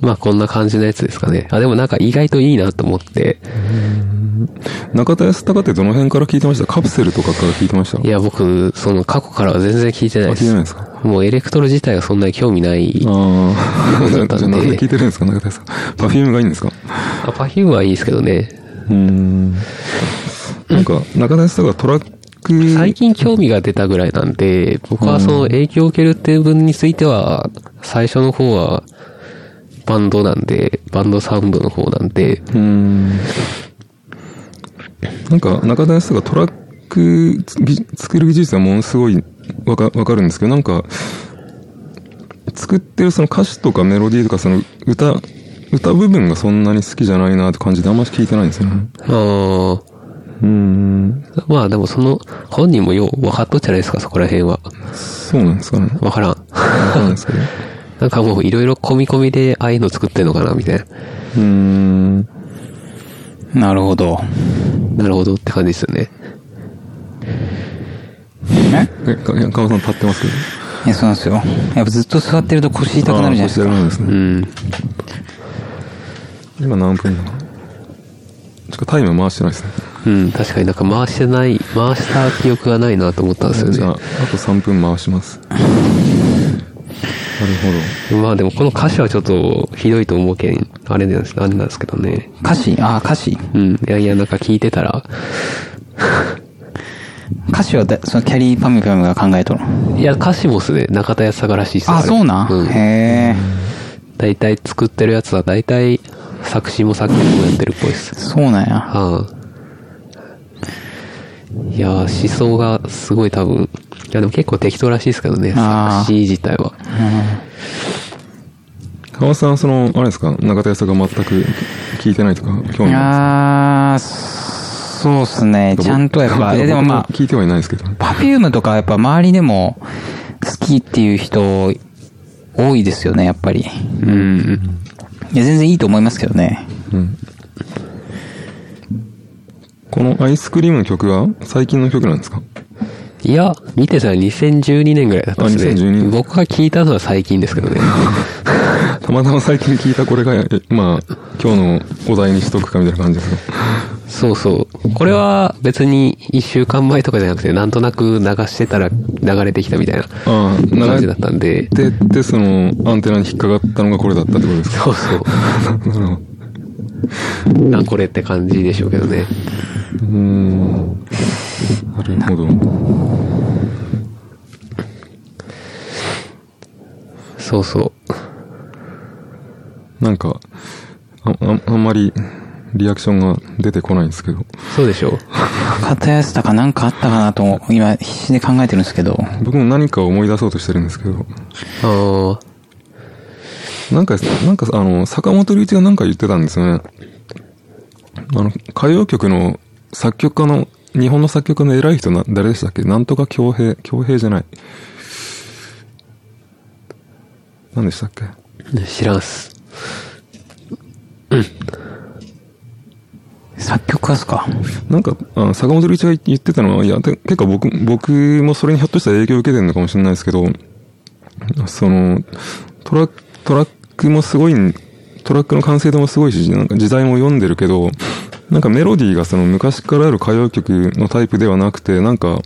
[SPEAKER 3] まあこんな感じのやつですかね。あ、でもなんか意外といいなと思って。
[SPEAKER 1] 中田康隆ってどの辺から聞いてましたカプセルとかから聞いてました
[SPEAKER 3] いや、僕、その過去からは全然聞いてないで
[SPEAKER 1] あ聞いてない
[SPEAKER 3] す。
[SPEAKER 1] ですか
[SPEAKER 3] もうエレクトロ自体がそんなに興味ない。
[SPEAKER 1] ああ。じゃ
[SPEAKER 3] だった
[SPEAKER 1] あ、 (laughs)
[SPEAKER 3] んで
[SPEAKER 1] じゃあなんで聞いてるんですか中田康隆。パフュームがいいんですか
[SPEAKER 3] あ、パフュームはいいですけどね。
[SPEAKER 1] うん。なんか、中田康隆はトラック、
[SPEAKER 3] 最近興味が出たぐらいなんで、僕はその影響を受けるっていう分については、最初の方は、バンドなんで、バンドサウンドの方なんで、
[SPEAKER 1] うん。なんか、中田康隆がトラックつ技作る技術はものすごいわかわかるんですけど、なんか、作ってるその歌詞とかメロディーとかその歌、歌部分がそんなに好きじゃないなって感じであんまり聞いてないんですよね。
[SPEAKER 3] あー
[SPEAKER 1] うん。
[SPEAKER 3] まあでもその、本人もよう分かっとっじゃないですか、そこら辺は。
[SPEAKER 1] そうなんですかね。
[SPEAKER 3] 分からん。
[SPEAKER 1] わかんないですけど。
[SPEAKER 3] なんかもういろいろ込み込みで、ああいうの作ってんのかな、みたいな。
[SPEAKER 1] うん。
[SPEAKER 2] なるほど。
[SPEAKER 3] なるほどって感じですよね。
[SPEAKER 2] え
[SPEAKER 1] え、か、いや川尾さん立ってますけど。
[SPEAKER 2] いや、そうなんですよ。やっぱずっと座ってると腰痛くなるじゃないです
[SPEAKER 1] あーこちら
[SPEAKER 2] か。
[SPEAKER 1] なんです
[SPEAKER 3] う
[SPEAKER 1] ね。
[SPEAKER 3] ん。
[SPEAKER 1] 今何分だろうちょっとタイム回してないですね。
[SPEAKER 3] うん、確かになんか回してない、回した記憶がないなと思ったんですよ
[SPEAKER 1] じゃあ、
[SPEAKER 3] ね
[SPEAKER 1] あ。と3分回します。なる
[SPEAKER 3] まあでもこの歌詞はちょっとひどいと思うけん、あれなんです、あれなんですけどね。
[SPEAKER 2] 歌詞ああ、歌詞。
[SPEAKER 3] うん。いやいや、なんか聞いてたら、
[SPEAKER 2] 歌詞はだ、そのキャリーパミュパミュが考えとるの。
[SPEAKER 3] いや、歌詞もっすね、中田康隆らしいっすよ
[SPEAKER 2] あ、
[SPEAKER 3] れ
[SPEAKER 2] そうなん、
[SPEAKER 3] うん。
[SPEAKER 2] へえ。
[SPEAKER 3] 大体作ってるやつは大体作詞も作曲もやってるっぽいっす。
[SPEAKER 2] そうなんや。
[SPEAKER 3] はあ、いやー、思想がすごい多分、いやでも結構適当らしいですけどね、
[SPEAKER 2] あー
[SPEAKER 3] 作詞自体は。
[SPEAKER 1] ほど。川尾さんはその、あれですか中田康が全く聞いてないとか、興
[SPEAKER 2] い
[SPEAKER 1] 味ない
[SPEAKER 2] やー、そうっすね。
[SPEAKER 1] です
[SPEAKER 2] ち
[SPEAKER 1] か
[SPEAKER 2] ゃんとやっぱ、
[SPEAKER 1] 僕
[SPEAKER 2] えでもまあ
[SPEAKER 1] 僕、聞いてはいないですけど。
[SPEAKER 2] パフュームとかやっぱ周りでも好きっていう人多いですよね、やっぱり。
[SPEAKER 3] うん。
[SPEAKER 2] いや、全然いいと思いますけどね。
[SPEAKER 1] うん。このアイスクリームの曲は最近の曲なんですか
[SPEAKER 3] いや、見てたら2012年ぐらいだったんです
[SPEAKER 1] あ2012
[SPEAKER 3] ね。
[SPEAKER 1] 年
[SPEAKER 3] 僕が聞いたのは最近ですけ (laughs) どね。
[SPEAKER 1] たまたま最近聞いたこれが、えまあ、今日のお題にしとくかみたいな感じですか
[SPEAKER 3] そうそう。これは別に1週間前とかじゃなくて、なんとなく流してたら流れてきたみたいな
[SPEAKER 1] ああ、
[SPEAKER 3] 感じだ
[SPEAKER 1] 流
[SPEAKER 3] ったん
[SPEAKER 1] れ
[SPEAKER 3] で。
[SPEAKER 1] てって、その、アンテナに引っかかったのがこれだったってこと
[SPEAKER 2] (laughs)
[SPEAKER 1] ですか
[SPEAKER 3] そうそう。
[SPEAKER 1] なるほど。
[SPEAKER 3] なんこれって感じでしょうけどね。
[SPEAKER 1] うーん。なるほど。
[SPEAKER 3] そうそう。
[SPEAKER 1] なんか、あ、ああんまりリアクションが出てこないんですけど。
[SPEAKER 3] そうでしょう。
[SPEAKER 2] 片安とかなんかあったかなと、今必死で考えてるんですけど。
[SPEAKER 1] 僕も何かを思い出そうとしてるんですけど。
[SPEAKER 3] ああ。
[SPEAKER 1] なんか、なんか、あの、坂本龍一がなんか言ってたんですよね。あの、歌謡曲の作曲家の、日本の作曲家の偉い人な、誰でしたっけなんとか京平、京平じゃない。何でしたっけ
[SPEAKER 3] 知らんっす。
[SPEAKER 2] 作曲家っすか
[SPEAKER 1] なんか、あの坂本龍一が言ってたのは、いや、て結構僕、僕もそれにひょっとしたら影響を受けてるのかもしれないですけど、その、トラック、トラックもすごい、トラックの完成度もすごいし、なんか時代も読んでるけど、なんかメロディーがその昔からある歌謡曲のタイプではなくて、なんか、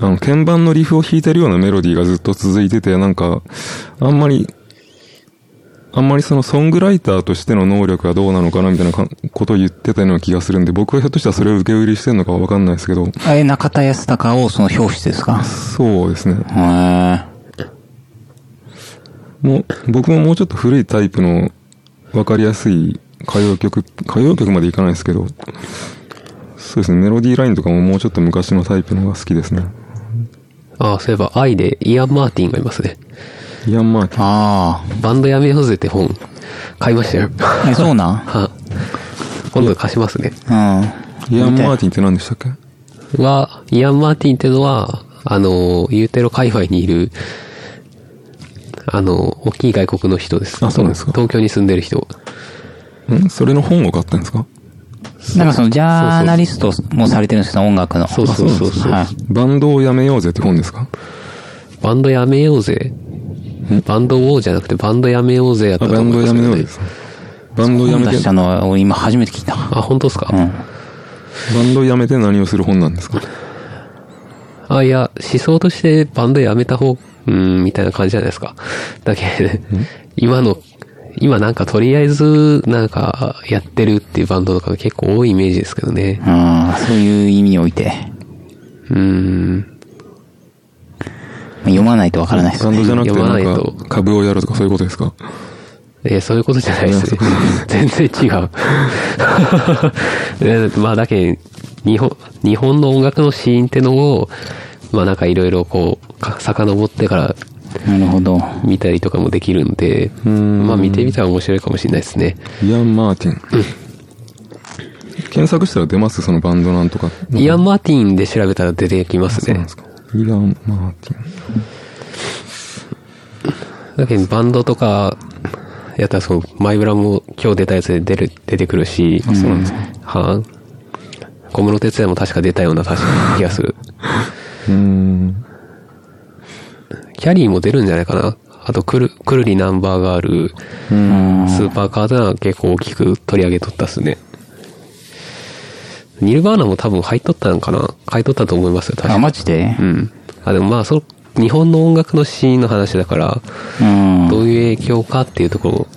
[SPEAKER 1] あの、鍵盤のリフを弾いてるようなメロディーがずっと続いてて、なんか、あんまり、あんまりそのソングライターとしての能力がどうなのかなみたいなかことを言ってたような気がするんで、僕はひょっとしたらそれを受け売りしてるのかわかんないですけど、
[SPEAKER 2] あえ、中田康隆をその表紙ですか
[SPEAKER 1] そうですね。
[SPEAKER 2] へー
[SPEAKER 1] もう、僕ももうちょっと古いタイプの分かりやすい歌謡曲、歌謡曲までいかないですけど、そうですね、メロディーラインとかももうちょっと昔のタイプのが好きですね。
[SPEAKER 3] ああ、そういえば、愛でイアン・マーティンがいますね。
[SPEAKER 1] イアン・マーティン。
[SPEAKER 2] あ
[SPEAKER 3] バンドやめようぜって本、買いましたよ。 (laughs)
[SPEAKER 2] あ。え、そうな
[SPEAKER 3] は今度貸しますね。
[SPEAKER 2] ん。 (laughs) うん。
[SPEAKER 1] イアン・マー
[SPEAKER 2] ィ
[SPEAKER 1] ティンって何でしたっけ
[SPEAKER 3] は、イアン・マーティンってのは、あの、ユーテロ界隈にいる、あの、大きい外国の人です。
[SPEAKER 1] あそうなんですか
[SPEAKER 3] 東京に住んでる人。
[SPEAKER 1] んそれの本を買ったんですか
[SPEAKER 2] ン。なんかそのジャーナリストもされてるんですけど、音楽の。
[SPEAKER 3] そうそうそうそう
[SPEAKER 2] はい。
[SPEAKER 1] バンドをやめようぜって本ですか
[SPEAKER 3] バンドやめようぜ。バンドウォーじゃなくて、バンドやめようぜやった
[SPEAKER 1] あ、
[SPEAKER 3] と
[SPEAKER 1] バン
[SPEAKER 3] 思
[SPEAKER 1] ド
[SPEAKER 3] い
[SPEAKER 1] を
[SPEAKER 3] ま
[SPEAKER 1] や
[SPEAKER 3] すけ
[SPEAKER 1] め
[SPEAKER 3] ど
[SPEAKER 1] よう
[SPEAKER 3] ね
[SPEAKER 1] ぜです。バンドをやめ
[SPEAKER 2] 本出
[SPEAKER 1] て
[SPEAKER 2] し、たのは俺今初めて聞いた。
[SPEAKER 3] あ、本当ですか、
[SPEAKER 2] う
[SPEAKER 1] (laughs) バ
[SPEAKER 2] ん。
[SPEAKER 1] ンドをやめて何をする本なんですか
[SPEAKER 3] あ、いや、思想としてバンドやめた方、うーん、みたいな感じじゃないですか。だけど、今の、今なんかとりあえず、なんかやってるっていうバンドとか結構多いイメージですけどね。
[SPEAKER 2] うん、そういう意味において。
[SPEAKER 3] うーん。
[SPEAKER 2] 読まないとわからないです
[SPEAKER 1] バン
[SPEAKER 2] ね。
[SPEAKER 1] ドじゃなくて
[SPEAKER 3] 読まない
[SPEAKER 1] な
[SPEAKER 3] と
[SPEAKER 1] んか株をやるとかそういうことですか
[SPEAKER 3] えーそういうことじゃないですね。全然違う。 (laughs) えーまあだけど日本、日本の音楽のシーンってのを、まあなんかいろいろこう、か遡ってから
[SPEAKER 2] なるほど。
[SPEAKER 3] 見たりとかもできるんで、
[SPEAKER 1] ん
[SPEAKER 3] まあ見てみたら面白いかもしれないですね。
[SPEAKER 1] イアン・マーティン。検索したら出ますそのバンドなんとか。
[SPEAKER 3] イアン・マーティンで調べたら出てきます
[SPEAKER 1] そうなん
[SPEAKER 3] ね
[SPEAKER 1] で。すか。イアン・マーティン。
[SPEAKER 3] だけどバンドとか、やったらその、マイブラも今日出たやつで出る、出てくるし、そうなんですか。はあ、小室哲也も確か出たような確か気がする。
[SPEAKER 1] うーん。
[SPEAKER 3] キャリーも出るんじゃないかな。あと、くる、くるりナンバーがある、
[SPEAKER 2] うん。
[SPEAKER 3] スーパーカーダー結構大きく取り上げとったっすね。ニルバーナも多分入っとったんかな買いとったと思いますよ、確
[SPEAKER 2] あ、
[SPEAKER 3] か。
[SPEAKER 2] マジで
[SPEAKER 3] うん。あ、でもまあ、そ、日本の音楽のシーンの話だから、
[SPEAKER 2] うん。
[SPEAKER 3] どういう影響かっていうとこ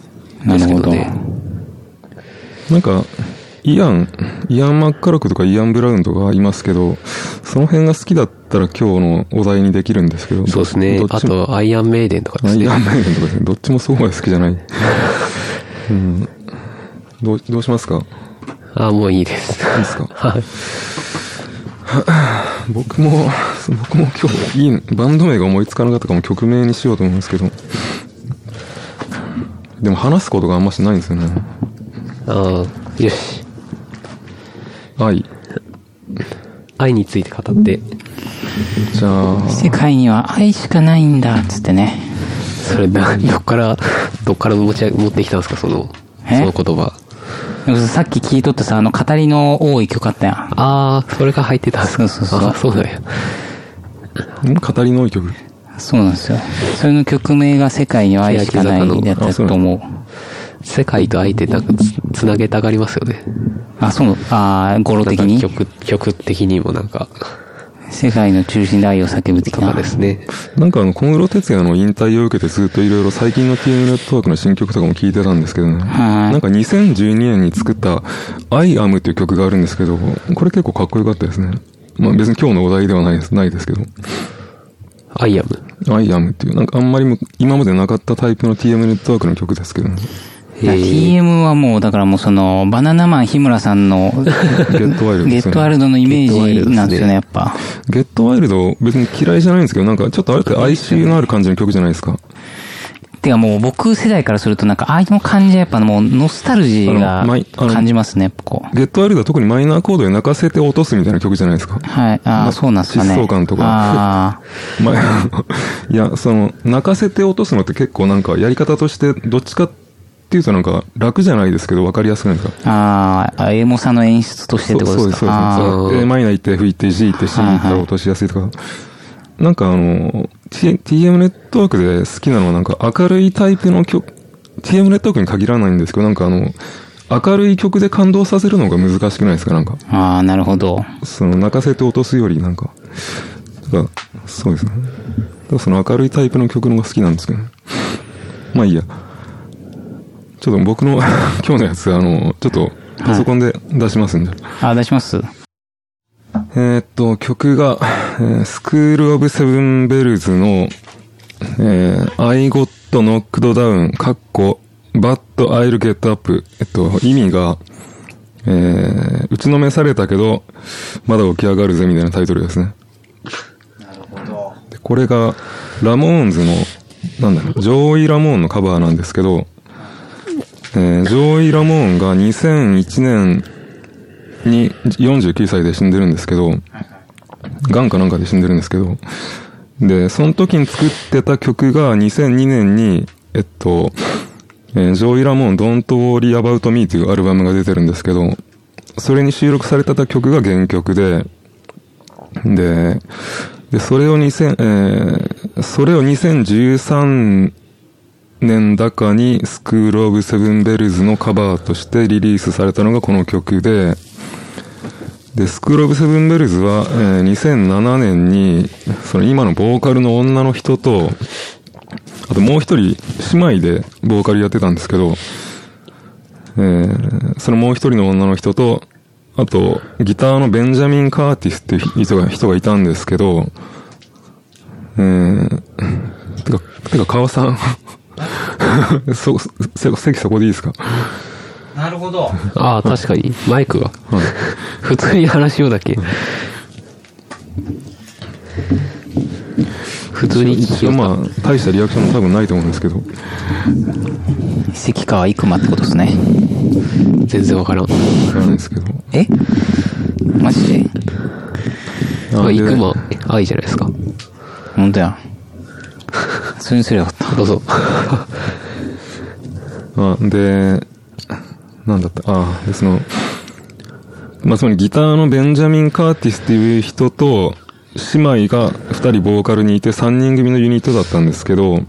[SPEAKER 3] ろですけど
[SPEAKER 2] なる
[SPEAKER 3] ね
[SPEAKER 2] ほ。
[SPEAKER 1] なんか、イアン、イアン・マッカロクとかイアン・ブラウンとかいますけど、その辺が好きだったら今日のお題にできるんですけど。
[SPEAKER 3] そうですね
[SPEAKER 1] ど。っ
[SPEAKER 3] あ
[SPEAKER 1] ちも、
[SPEAKER 3] と、アイアンメイデンとかです
[SPEAKER 1] イアン・
[SPEAKER 3] ね。
[SPEAKER 1] マーティンとかですね。どっちもそうは好きじゃない。うん。どう、どうしますかいい
[SPEAKER 3] あ、もういいです。
[SPEAKER 1] ですか
[SPEAKER 3] はい。
[SPEAKER 1] 僕も、僕も今日、いい、バンド名が思いつかなかったからもう曲名にしようと思うんですけど。でも話すことがあんましないんですよね。
[SPEAKER 3] あーよし。
[SPEAKER 1] 愛。
[SPEAKER 3] 愛について語って、
[SPEAKER 1] じゃあ、
[SPEAKER 2] 世界には愛しかないんだ、つってね。
[SPEAKER 3] それな、どっから、どっから持ち上げ、持ってきたんですか、その、そ
[SPEAKER 2] え
[SPEAKER 3] の言葉。
[SPEAKER 2] さっき聞いとってさ、あの、語りの多い曲あったやん。
[SPEAKER 3] ああ、それが入ってたんですか。
[SPEAKER 2] そうそうそう
[SPEAKER 3] あーそうな
[SPEAKER 1] ん
[SPEAKER 3] んや。
[SPEAKER 1] 語りの多い曲。
[SPEAKER 2] そうなんですよ。それの曲名が世界には愛しかないだったと思う。
[SPEAKER 3] 世界と愛ってなんかつ、つなげたがりますよね。
[SPEAKER 2] あ、そう、あー語呂的
[SPEAKER 3] なん
[SPEAKER 2] に
[SPEAKER 3] か曲、曲的にもなんか、
[SPEAKER 2] 世界の中心で愛を叫ぶ的
[SPEAKER 3] と
[SPEAKER 2] な。
[SPEAKER 3] かですね。
[SPEAKER 1] なんかあの、小室哲也の引退を受けてずっといろいろ最近の TM ネットワークの新曲とかも聞いてたんですけどね。
[SPEAKER 2] はい
[SPEAKER 1] なんか2012年に作った、I am っていう曲があるんですけど、これ結構かっこよかったですね。まあ別に今日のお題ではないです、ないですけど。
[SPEAKER 3] アイアム。
[SPEAKER 1] アイアムっていう、なんかあんまりも今までなかったタイプの TM ネットワークの曲ですけどね。
[SPEAKER 2] だから TM はもう、だからもうその、バナナマン日村さんの、ゲ
[SPEAKER 1] ゲットワイルドですよ
[SPEAKER 2] ッ
[SPEAKER 1] ね
[SPEAKER 2] トワイルドのイメージなんですよね、やっぱ。
[SPEAKER 1] ゲットワイルド、別に嫌いじゃないんですけど、なんかちょっとあれって哀愁のある感じの曲じゃないですか。
[SPEAKER 2] てかもう僕世代からするとなんか、ああいう感じはやっぱもう、ノスタルジー
[SPEAKER 1] あ
[SPEAKER 2] が
[SPEAKER 1] のマイあの
[SPEAKER 2] 感じますね、やっぱこう。
[SPEAKER 1] ゲットワイルドは特にマイナーコードで泣かせて落とすみたいな曲じゃないですか。
[SPEAKER 2] はい、ああ、そうなんですかね。
[SPEAKER 1] 疾走感とか
[SPEAKER 2] あ
[SPEAKER 1] まあ、 (laughs) いや、その、泣かせて落とすのって結構なんかやり方として、どっちかっていうとなんか楽じゃないですけど分かりやすくないですか。
[SPEAKER 2] あ、ああ、エモさの演出としてってこ
[SPEAKER 1] そ
[SPEAKER 2] と
[SPEAKER 1] う
[SPEAKER 2] で
[SPEAKER 1] ですす、そうです。
[SPEAKER 2] か。ああ
[SPEAKER 1] そう
[SPEAKER 3] あー
[SPEAKER 1] A マイナー行って吹いて G 行って C 行ったら落としやすいとか。なんかあの、T- TM ネットワークで好きなのはなんか明るいタイプの曲、TM ネットワークに限らないんですけど、なんかあの、明るい曲で感動させるのが難しくないですかなんか。
[SPEAKER 2] ああ、なるほど。
[SPEAKER 1] その、泣かせて落とすよりなんか。だからそうですね。だからその明るいタイプの曲の方が好きなんですけどね。まあいいや。ちょっと僕の (laughs) 今日のやつ、あの、ちょっとパソコンで出しますんで。
[SPEAKER 2] あ、出します。
[SPEAKER 1] えーっと、曲が、えースクール・オブ・セブン・ベルズの、えー、I got knocked down, カッコ、but I'll get up。えっと、意味が、えー、打ちのめされたけど、まだ起き上がるぜ、みたいなタイトルですね。なるほど。これが、ラモーンズの、なんだろう、ジョーイ・ラモーンのカバーなんですけど、えー、ジョーイ・ラモーンが2001年に49歳で死んでるんですけど、癌かなんかで死んでるんですけど、で、その時に作ってた曲が2002年に、えっと、えージョーイ・ラモン Don't Worry About Me というアルバムが出てるんですけど、それに収録されてた曲が原曲で、で、で、それを2000、えーそれを2013年高にスクール・オブ・セブン・ベルズのカバーとしてリリースされたのがこの曲で、で、スクール・オブ・セブン・ベルズは、えー2007年に、その今のボーカルの女の人と、あともう一人、姉妹でボーカルやってたんですけど、えーそのもう一人の女の人と、あと、ギターのベンジャミン・カーティスっていう人が人がいたんですけど、えーてか、てか、川さん。 (laughs) そ、せ席そこでいいですか
[SPEAKER 2] なるほど。
[SPEAKER 3] ああ、確かに。マイクが。 (laughs) 普通に話しようだけ。普通に聞きよう。
[SPEAKER 1] まあ、大したリアクションも多分ないと思うんですけ
[SPEAKER 3] (laughs)
[SPEAKER 1] ど。
[SPEAKER 2] 関川生馬ってことですね。
[SPEAKER 3] 全然わからん。
[SPEAKER 1] 知らないですけど。
[SPEAKER 2] えマジで
[SPEAKER 3] あ、
[SPEAKER 1] で
[SPEAKER 3] イクマ、愛じゃないですか。
[SPEAKER 2] 本当や。それにすればよかっ
[SPEAKER 3] どうぞ。
[SPEAKER 1] あ、で、なんだった、あ、で、その、まあ、つまりギターのベンジャミン・カーティスっていう人と、姉妹が二人ボーカルにいて三人組のユニットだったんですけど、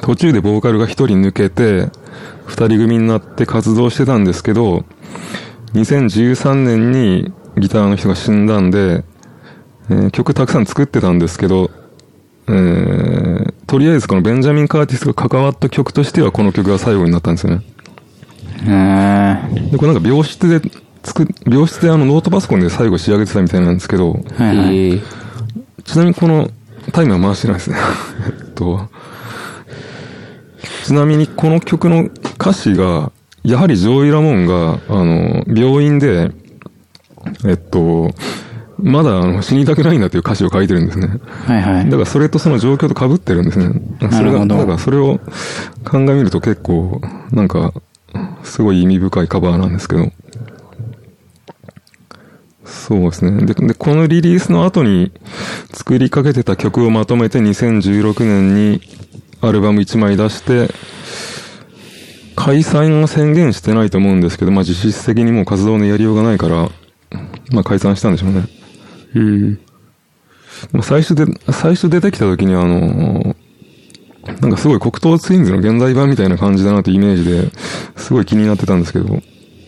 [SPEAKER 1] 途中でボーカルが一人抜けて、二人組になって活動してたんですけど、2013年にギターの人が死んだんで、えー曲たくさん作ってたんですけど、えーとりあえずこのベンジャミン・カーティスが関わった曲としてはこの曲が最後になったんですよね。
[SPEAKER 2] た。へー
[SPEAKER 1] で、これなんか病室で作っ、病室であのノートパソコンで最後仕上げてたみたいなんですけど、
[SPEAKER 2] はいはい。
[SPEAKER 3] ええ
[SPEAKER 1] ちなみにこのタイムは回してないですね。 (laughs) えっと、ちなみにこの曲の歌詞が、やはりジョーイ・ラモンが、あの、病院で、えっと、まだあの死にたくないんだという歌詞を書いてるんですね。
[SPEAKER 2] はいはい
[SPEAKER 1] だか。らそれとその状況と被ってるんですね。それ
[SPEAKER 2] なる
[SPEAKER 1] が、
[SPEAKER 2] ほど
[SPEAKER 1] だからそれを鑑みると結構、なんか、すごい意味深いカバーなんですけど。そうですね。で、でこのリリースの後に作りかけてた曲をまとめて2016年にアルバム1枚出して、解散を宣言してないと思うんですけど、まあ実質的にもう活動のやりようがないから、まあ解散したんでしょうね。
[SPEAKER 3] うん。
[SPEAKER 1] まあ最初で、最初出てきた時にあの、なんかすごい黒糖ツインズの現代版みたいな感じだなってイメージで、すごい気になってたんですけど、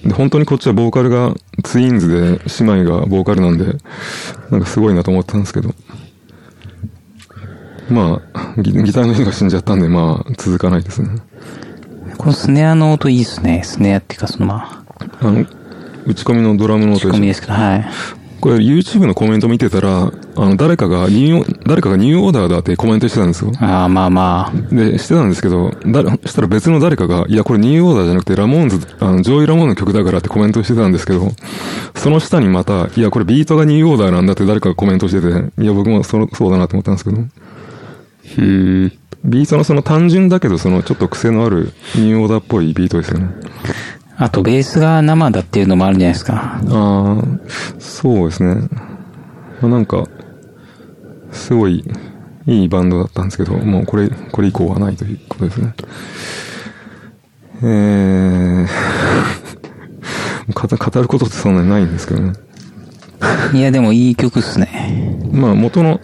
[SPEAKER 1] で、本当にこっちはボーカルがツインズで、姉妹がボーカルなんで、なんかすごいなと思ってたんですけど。まあ、ギギターの人が死んじゃったんで、まあ、続かないですね。
[SPEAKER 2] このスネアの音いいっすね。スネアっていうか、そのまあ、
[SPEAKER 1] あの、打ち込みのドラムの音
[SPEAKER 2] 仕
[SPEAKER 1] で
[SPEAKER 2] 込
[SPEAKER 1] しょ
[SPEAKER 2] みですけど、はい。
[SPEAKER 1] これ YouTube のコメント見てたら、あの、誰かがニュー、誰かがニューオーダーだってコメントしてたんですよ。
[SPEAKER 2] ああ、まあま
[SPEAKER 1] で、してたんですけど、だしたら別の誰かが、いや、これニューオーダーじゃなくて、ラモーンズ、あの、ジョイ・ラモーンの曲だからってコメントしてたんですけど、その下にまた、いや、これビートがニューオーダーなんだって誰かがコメントしてて、いや、僕もそのそうだなと思ったんですけど、
[SPEAKER 3] うん。
[SPEAKER 1] ビートのその単純だけど、そのちょっと癖のあるニューオーダーっぽいビートですよね。
[SPEAKER 2] あ。あと、ベースが生だっていうのもあるんじゃないです
[SPEAKER 1] あ
[SPEAKER 2] か。
[SPEAKER 1] あ、そうですね。まあ、なんか、すごい、いいバンドだったんですけど、もうこれ、これ以降はないということですね。えー、 (laughs) かた語ることってそんなにないんですけどね。
[SPEAKER 2] いや、でもいい曲っすね。
[SPEAKER 1] まあ元の、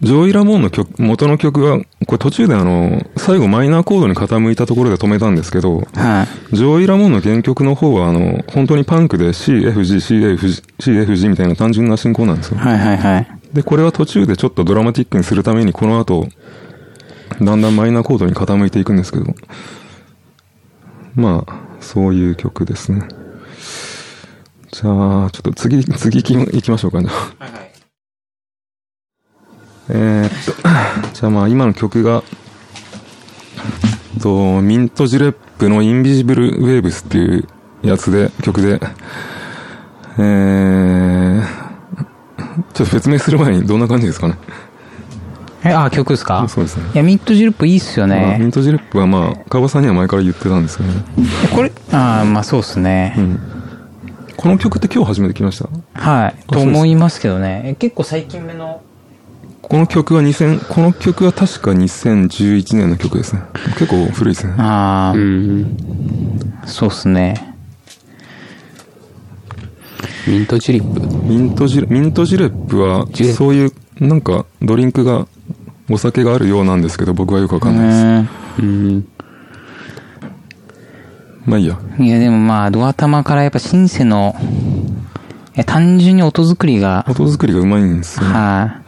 [SPEAKER 1] ジョイ・ラモーンの曲、元の曲は、これ途中であの、最後マイナーコードに傾いたところで止めたんですけど、
[SPEAKER 2] は
[SPEAKER 1] ジョーイ・ラモンの原曲の方は、あの、本当にパンクで CFG、CFG、CFG みたいな単純な進行なんです
[SPEAKER 2] い。
[SPEAKER 1] よ。
[SPEAKER 2] はいはいはい。
[SPEAKER 1] で、これは途中でちょっとドラマティックにするために、この後、だんだんマイナーコードに傾いていくんですけど、まあ、そういう曲ですね。じゃあ、ちょっと次、次行き行きましょうか、じゃあ。えーっと、 (coughs) じゃあまあ今の曲が、えっと、ミントジュレップのインビジブルウェーブスっていうやつで、曲で、えー、ちょっと説明する前にどんな感じですかね。
[SPEAKER 2] え、あ、曲ですか
[SPEAKER 1] そうですね
[SPEAKER 2] いや、ミントジュルップいいっすよ
[SPEAKER 1] まあミ
[SPEAKER 2] ね。
[SPEAKER 1] ントジュレップはまあ、川場さんには前から言ってたんですけどね。
[SPEAKER 2] えこれ、あーまあそうっすね。
[SPEAKER 1] この曲って今日初めて来ました
[SPEAKER 2] はい。と思いますけどね。え結構最近目の。
[SPEAKER 1] この曲は2000、この曲は確か2011年の曲ですね。結構古いですね。
[SPEAKER 2] ああ、
[SPEAKER 3] うん。
[SPEAKER 2] そうっすね。
[SPEAKER 3] ミントチュリップ。
[SPEAKER 1] ミントジュレ、ミントジュレップは
[SPEAKER 3] ジュレ、
[SPEAKER 1] そういう、なんか、ドリンクが、お酒があるようなんですけど、僕はよくわかんないで
[SPEAKER 2] うん。
[SPEAKER 3] うん。
[SPEAKER 1] す。まあいいや。
[SPEAKER 2] いや、でもまあ、ドア玉からやっぱシンセの、いや、単純に音作りが、
[SPEAKER 1] 音作りがうまいんですよ。
[SPEAKER 2] は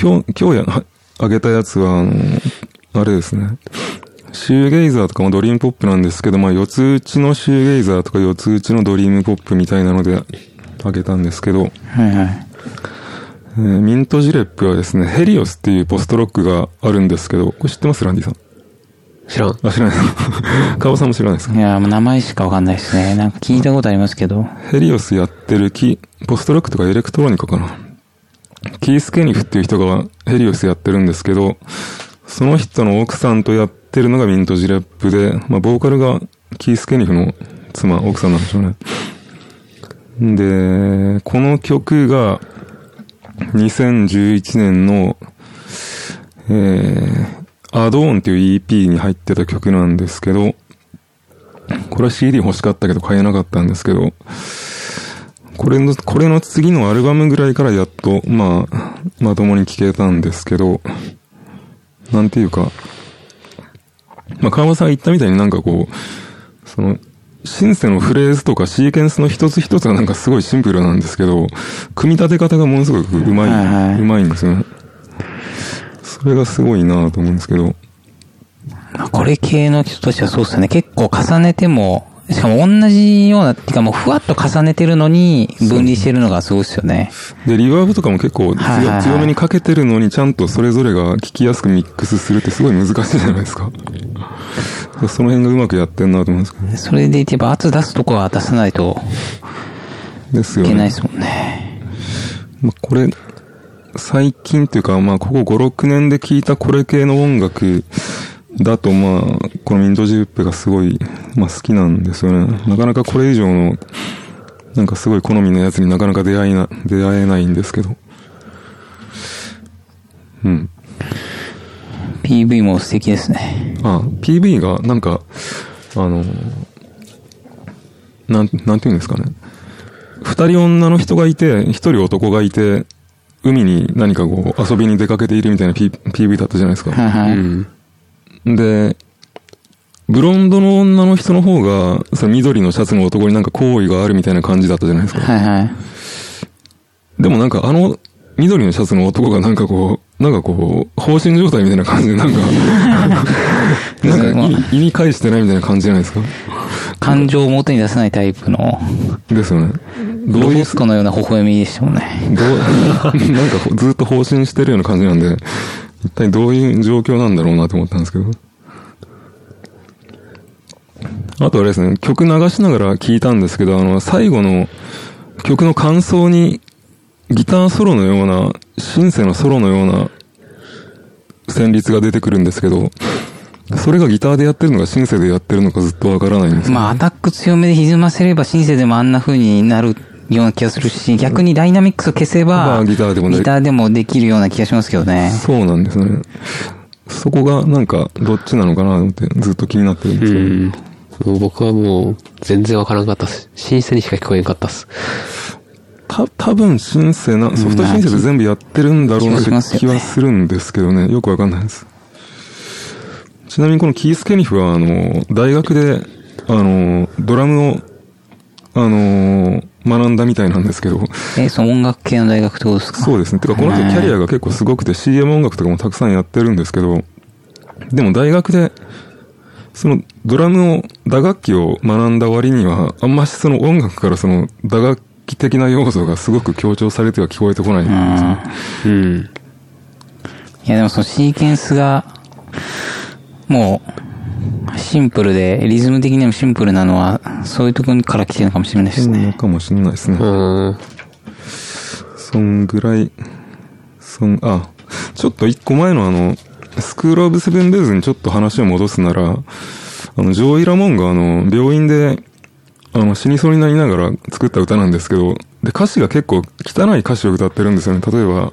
[SPEAKER 1] 今日、今日や、はあげたやつは、あの、あれですね。シューゲイザーとかもドリームポップなんですけど、まあ、四つ打ちのシューゲイザーとか四つ打ちのドリームポップみたいなので、あげたんですけど、
[SPEAKER 2] い。はいはい。
[SPEAKER 1] えーミントジュレップはですね、ヘリオスっていうポストロックがあるんですけど、これ知ってますランディさん。
[SPEAKER 3] 知らん。
[SPEAKER 1] あ、知らない (laughs) です。カオさんも知らないですか
[SPEAKER 2] いや、もう名前しかわかんないですね。なんか聞いたことありますけど。
[SPEAKER 1] ヘリオスやってるキー、ポストロックとかエレクトロニカかな。キース・ケニフっていう人がヘリオスやってるんですけど、その人の奥さんとやってるのがミント・ジレップで、まあ、ボーカルがキース・ケニフの妻、奥さんなんでしょうね。で、この曲が2011年の、えー、アドーンっていう EP に入ってた曲なんですけど、これは CD 欲しかったけど買えなかったんですけど、これの、これの次のアルバムぐらいからやっと、まあ、まともに聴けたんですけど、なんていうか、まあ、川場さんが言ったみたいになんかこう、その、シンセのフレーズとかシーケンスの一つ一つがなんかすごいシンプルなんですけど、組み立て方がものすごくうまい、
[SPEAKER 2] はいはいう
[SPEAKER 1] まいんですよね。それがすごいなと思うんですけど、
[SPEAKER 2] まあこれ系の人たちはそうっすよね。結構重ねても、しかも同じような、てかもうふわっと重ねてるのに分離してるのがすごいっすよね。
[SPEAKER 1] で、リバーブとかも結構強,、
[SPEAKER 2] はいはいはい
[SPEAKER 1] 強めにかけてるのにちゃんとそれぞれが聞きやすくミックスするってすごい難しいじゃないです
[SPEAKER 2] (laughs)
[SPEAKER 1] か。その辺がうまくやってんなと思うんですけど。
[SPEAKER 2] それでいて、ば圧出すとこは出さないと
[SPEAKER 1] です
[SPEAKER 2] い
[SPEAKER 1] よ
[SPEAKER 2] けな
[SPEAKER 1] ね
[SPEAKER 2] いで。すもんね。
[SPEAKER 1] まあ、これ、最近というか、まあ、ここ5、6年で聞いたこれ系の音楽だと、まあ、このミントジュップがすごい、まあ、好きなんですよね。なかなかこれ以上の、なんかすごい好みのやつになかなか出会いな、出会えないんですけど。うん。
[SPEAKER 2] PV も素敵ですね。
[SPEAKER 1] あ、PV が、なんか、あの、なん、なんていうんですかね。二人女の人がいて、一人男がいて、海に何かこう、遊びに出かけているみたいな、P、PV だったじゃないです
[SPEAKER 2] はい
[SPEAKER 1] か。
[SPEAKER 2] はい。
[SPEAKER 3] うん。
[SPEAKER 1] で、ブロンドの女の人の方が、その緑のシャツの男になんか好意があるみたいな感じだったじゃないですか。
[SPEAKER 2] はいはい。
[SPEAKER 1] でもなんかあの、緑のシャツの男がなんかこう、なんかこう、放心状態みたいな感じで、なんか、なんか意意に返してないみたいな感じじゃないですか。
[SPEAKER 2] 感情を表に出さないタイプの、
[SPEAKER 1] ですよね。
[SPEAKER 2] ロ
[SPEAKER 1] ど
[SPEAKER 2] ボ
[SPEAKER 1] ういう、
[SPEAKER 2] ットのような微笑みでしたもんね。
[SPEAKER 1] どう、 (laughs) なんかこうずっと放心してるような感じなんで、一体どういう状況なんだろうなと思ったんですけど。あとあれですね、曲流しながら聴いたんですけど、あの、最後の曲の感想に、ギターソロのような、シンセのソロのような旋律が出てくるんですけど、それがギターでやってるのかシンセでやってるのかずっとわからないんですよ
[SPEAKER 2] まあ、アタック強めで歪ませれば、シンセでもあんな風になるような気がするし、逆にダイナミックスを消せ
[SPEAKER 1] ま
[SPEAKER 2] ば、
[SPEAKER 1] あギターでもね
[SPEAKER 2] ギターでもできるような気がしますけどね。
[SPEAKER 1] そうなんですね。そこがなんかどっちなのかなと思ってずっと気になってるんです
[SPEAKER 3] う
[SPEAKER 1] けど、
[SPEAKER 3] ん。もう僕はもう、全然わからんかったっす。新鮮にしか聞こえんかったっす。
[SPEAKER 1] た多分シンセな、ソフトシンセで全部やってるんだろうなって
[SPEAKER 2] 気がしますよね
[SPEAKER 1] 気はするんですけどね、よくわかんないです。ちなみにこのキース・ケニフはあの、大学で、あの、ドラムを、あの、学んだみたいなんですけど、
[SPEAKER 2] え、その音楽系の大学ってことですか
[SPEAKER 1] そうですね。てか、この人キャリアが結構すごくて CM 音楽とかもたくさんやってるんですけど、でも大学で、そのドラムを、打楽器を学んだ割には、あんましその音楽からその打楽器的な要素がすごく強調されては聞こえてこないん
[SPEAKER 2] う
[SPEAKER 1] ですよね
[SPEAKER 2] ん。
[SPEAKER 3] うん。
[SPEAKER 2] いやでもそのシーケンスが、もう、シンプルで、リズム的にもシンプルなのは、そういうところから来てるのかもしれないです
[SPEAKER 1] そうなの
[SPEAKER 2] ね。
[SPEAKER 1] かもしれないですね。
[SPEAKER 3] うん。
[SPEAKER 1] そんぐらい、そん、あ、ちょっと一個前のあの、スクールオブセブンデイズにちょっと話を戻すなら、あの、ジョー・イラモンがあの、病院で、あの、死にそうになりながら作った歌なんですけど、で、歌詞が結構汚い歌詞を歌ってるんですよね。例えば、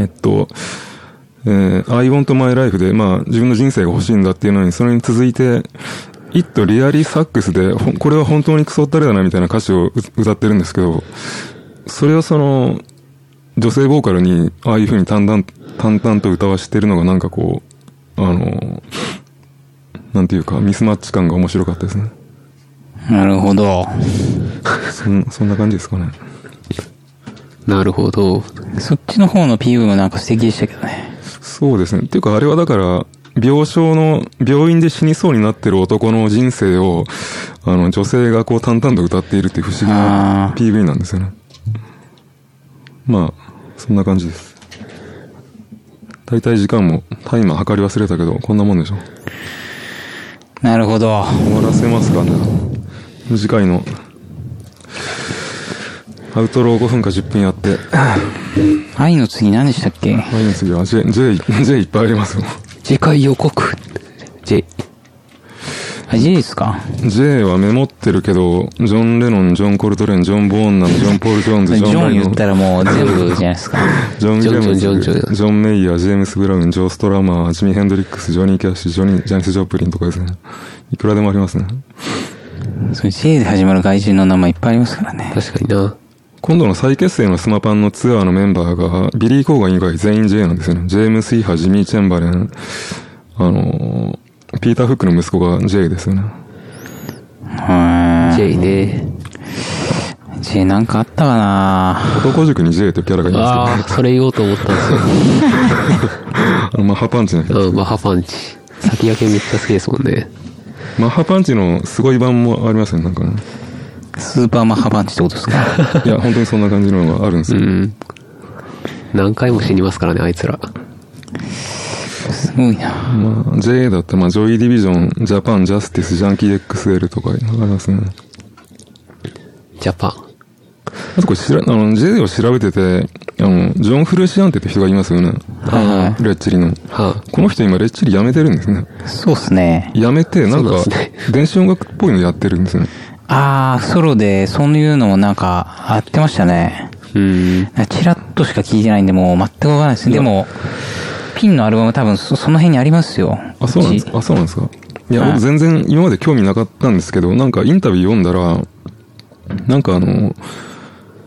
[SPEAKER 1] えっと、えー I want my life で、まあ、自分の人生が欲しいんだっていうのに、それに続いて、It really sucks で、ほんこれは本当にクソったれだなみたいな歌詞をう歌ってるんですけど、それをその、女性ボーカルに、ああいう風に淡々、淡々と歌わしてるのがなんかこう、あの、なんていうか、ミスマッチ感が面白かったですね。
[SPEAKER 2] なるほど。
[SPEAKER 1] そん、そんな感じですかね。
[SPEAKER 3] なるほど。
[SPEAKER 2] そっちの方の PV もなんか素敵でしたけどね。
[SPEAKER 1] そうですね。っていうか、あれはだから、病床の、病院で死にそうになってる男の人生を、あの、女性がこう淡々と歌っているっていう不思議な
[SPEAKER 2] あ
[SPEAKER 1] PV なんですよね。まあ、そんな感じです。大体時間も、タイマー測り忘れたけど、こんなもんでしょ。
[SPEAKER 2] なるほど。
[SPEAKER 1] 終わらせますかね。次回の、アウトロー5分か10分やって、
[SPEAKER 2] 愛の次何でしたっけ
[SPEAKER 1] 前の次は J、J、J いっぱいありますよ。
[SPEAKER 3] 次回予告。J。
[SPEAKER 2] あ、J ですか
[SPEAKER 1] J はメモってるけど、ジョン・レノン、ジョン・コルトレーン、ジョン・ボーンナム、ジョン・ポール・ジョーン
[SPEAKER 2] ジ
[SPEAKER 1] ズ、ジョン・
[SPEAKER 2] ョン
[SPEAKER 1] レノ
[SPEAKER 2] 言
[SPEAKER 1] ン
[SPEAKER 2] っ、たらもう全部じゃないですか。
[SPEAKER 1] ジョン・
[SPEAKER 3] ジ
[SPEAKER 1] グ
[SPEAKER 3] ョ
[SPEAKER 1] レ
[SPEAKER 3] ン
[SPEAKER 1] ムズ、
[SPEAKER 3] ジ
[SPEAKER 1] ジ
[SPEAKER 3] ョンジョンジョン
[SPEAKER 1] ョン・メイヤー、ジェームス・ブラウン、ジョー・ストラマー、ジミー・ヘンドリックス、ジョニー・キャッシュ、ジョニー、ジャニス・ジョプリンとかですね。いくらでもありますね。
[SPEAKER 2] それ J で始まる外人の名前いっぱいありますからね。
[SPEAKER 3] 確かにな。
[SPEAKER 1] 今度の再結成のスマパンのツアーのメンバーが、ビリー・コーガン以外全員 J なんですよね。ジェームス・イーハ、ジミー・チェンバレン、あのー、ピーター・フックの息子が J ですよね。
[SPEAKER 2] は
[SPEAKER 3] J ね。
[SPEAKER 2] い。J なんかあったかな
[SPEAKER 1] 男塾に J というキャラがいます
[SPEAKER 3] ああ、それ言おうと思ったんですよ。
[SPEAKER 1] けど、あの、マッハパンチの人。
[SPEAKER 3] うん、マハパンチ。先駆けめっちゃ好きですもんね。
[SPEAKER 1] マッハパンチのすごい版もありますよね、なんかね。
[SPEAKER 2] スーパーマッハパンチってことですか
[SPEAKER 1] いや、本当にそんな感じのがあるんです
[SPEAKER 3] う
[SPEAKER 1] よ。
[SPEAKER 3] ん。何回も死にますからね、あいつら。
[SPEAKER 2] すごいな。
[SPEAKER 1] まあ、JA だったら、まあ、ジョイディビジョン、ジャパン、ジャスティス、ジャンキー XL とかありますね。
[SPEAKER 3] ジャパン。
[SPEAKER 1] あとこれ知ら、あの、JA を調べてて、あの、ジョン・フルシアンテって人がいますよね。
[SPEAKER 2] はいは
[SPEAKER 1] レッチリの。
[SPEAKER 3] は
[SPEAKER 1] この人今、レッチリ辞めてるんですね。
[SPEAKER 2] い。そうっすね。
[SPEAKER 1] 辞めて、なんか
[SPEAKER 3] そうなんで、
[SPEAKER 1] 電子音楽っぽいのやってるんですよね。
[SPEAKER 2] あー、ソロで、そういうのもなんか、あってましたね。
[SPEAKER 3] あ、うん。
[SPEAKER 2] なんかチラッとしか聞いてないんで、もう全くわからないですね。でも、ピンのアルバム多分そ、その辺にありますよ。
[SPEAKER 1] あ、そうなんです
[SPEAKER 2] うち
[SPEAKER 1] かあ、そうなんですかいや、
[SPEAKER 2] はい
[SPEAKER 1] 僕全然今まで興味なかったんですけど、なんかインタビュー読んだら、なんかあの、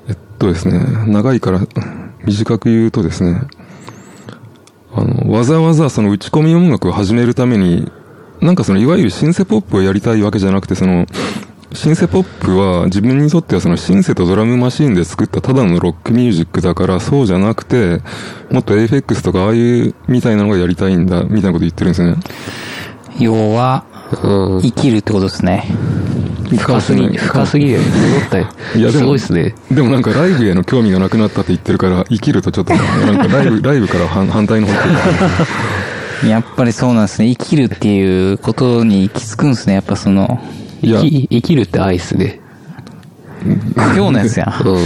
[SPEAKER 1] えっとですね、長いから短く言うとですね、あの、わざわざその打ち込み音楽を始めるために、なんかそのいわゆるシンセポップをやりたいわけじゃなくて、その、シンセポップは自分にとってはそのシンセとドラムマシーンで作ったただのロックミュージックだからそうじゃなくて、もっと AFX とかああいうみたいなのがやりたいんだ、みたいなこと言ってるんですね。
[SPEAKER 2] 要は、
[SPEAKER 3] うん。
[SPEAKER 2] 生きるってことですね。
[SPEAKER 3] 深すぎ、深すぎるよね。戻ったよ。
[SPEAKER 1] いやでも
[SPEAKER 3] すごいですね。
[SPEAKER 1] でもなんかライブへの興味がなくなったって言ってるから、生きるとちょっと、なんかライブ、 (laughs) ライブから反反対の方向
[SPEAKER 2] やっぱりそうなんですね。生きるっていうことに行き着くんですね。やっぱその、
[SPEAKER 1] いや
[SPEAKER 3] 生き、生きるって愛っすね。
[SPEAKER 2] 今日のやつやん。
[SPEAKER 3] うん。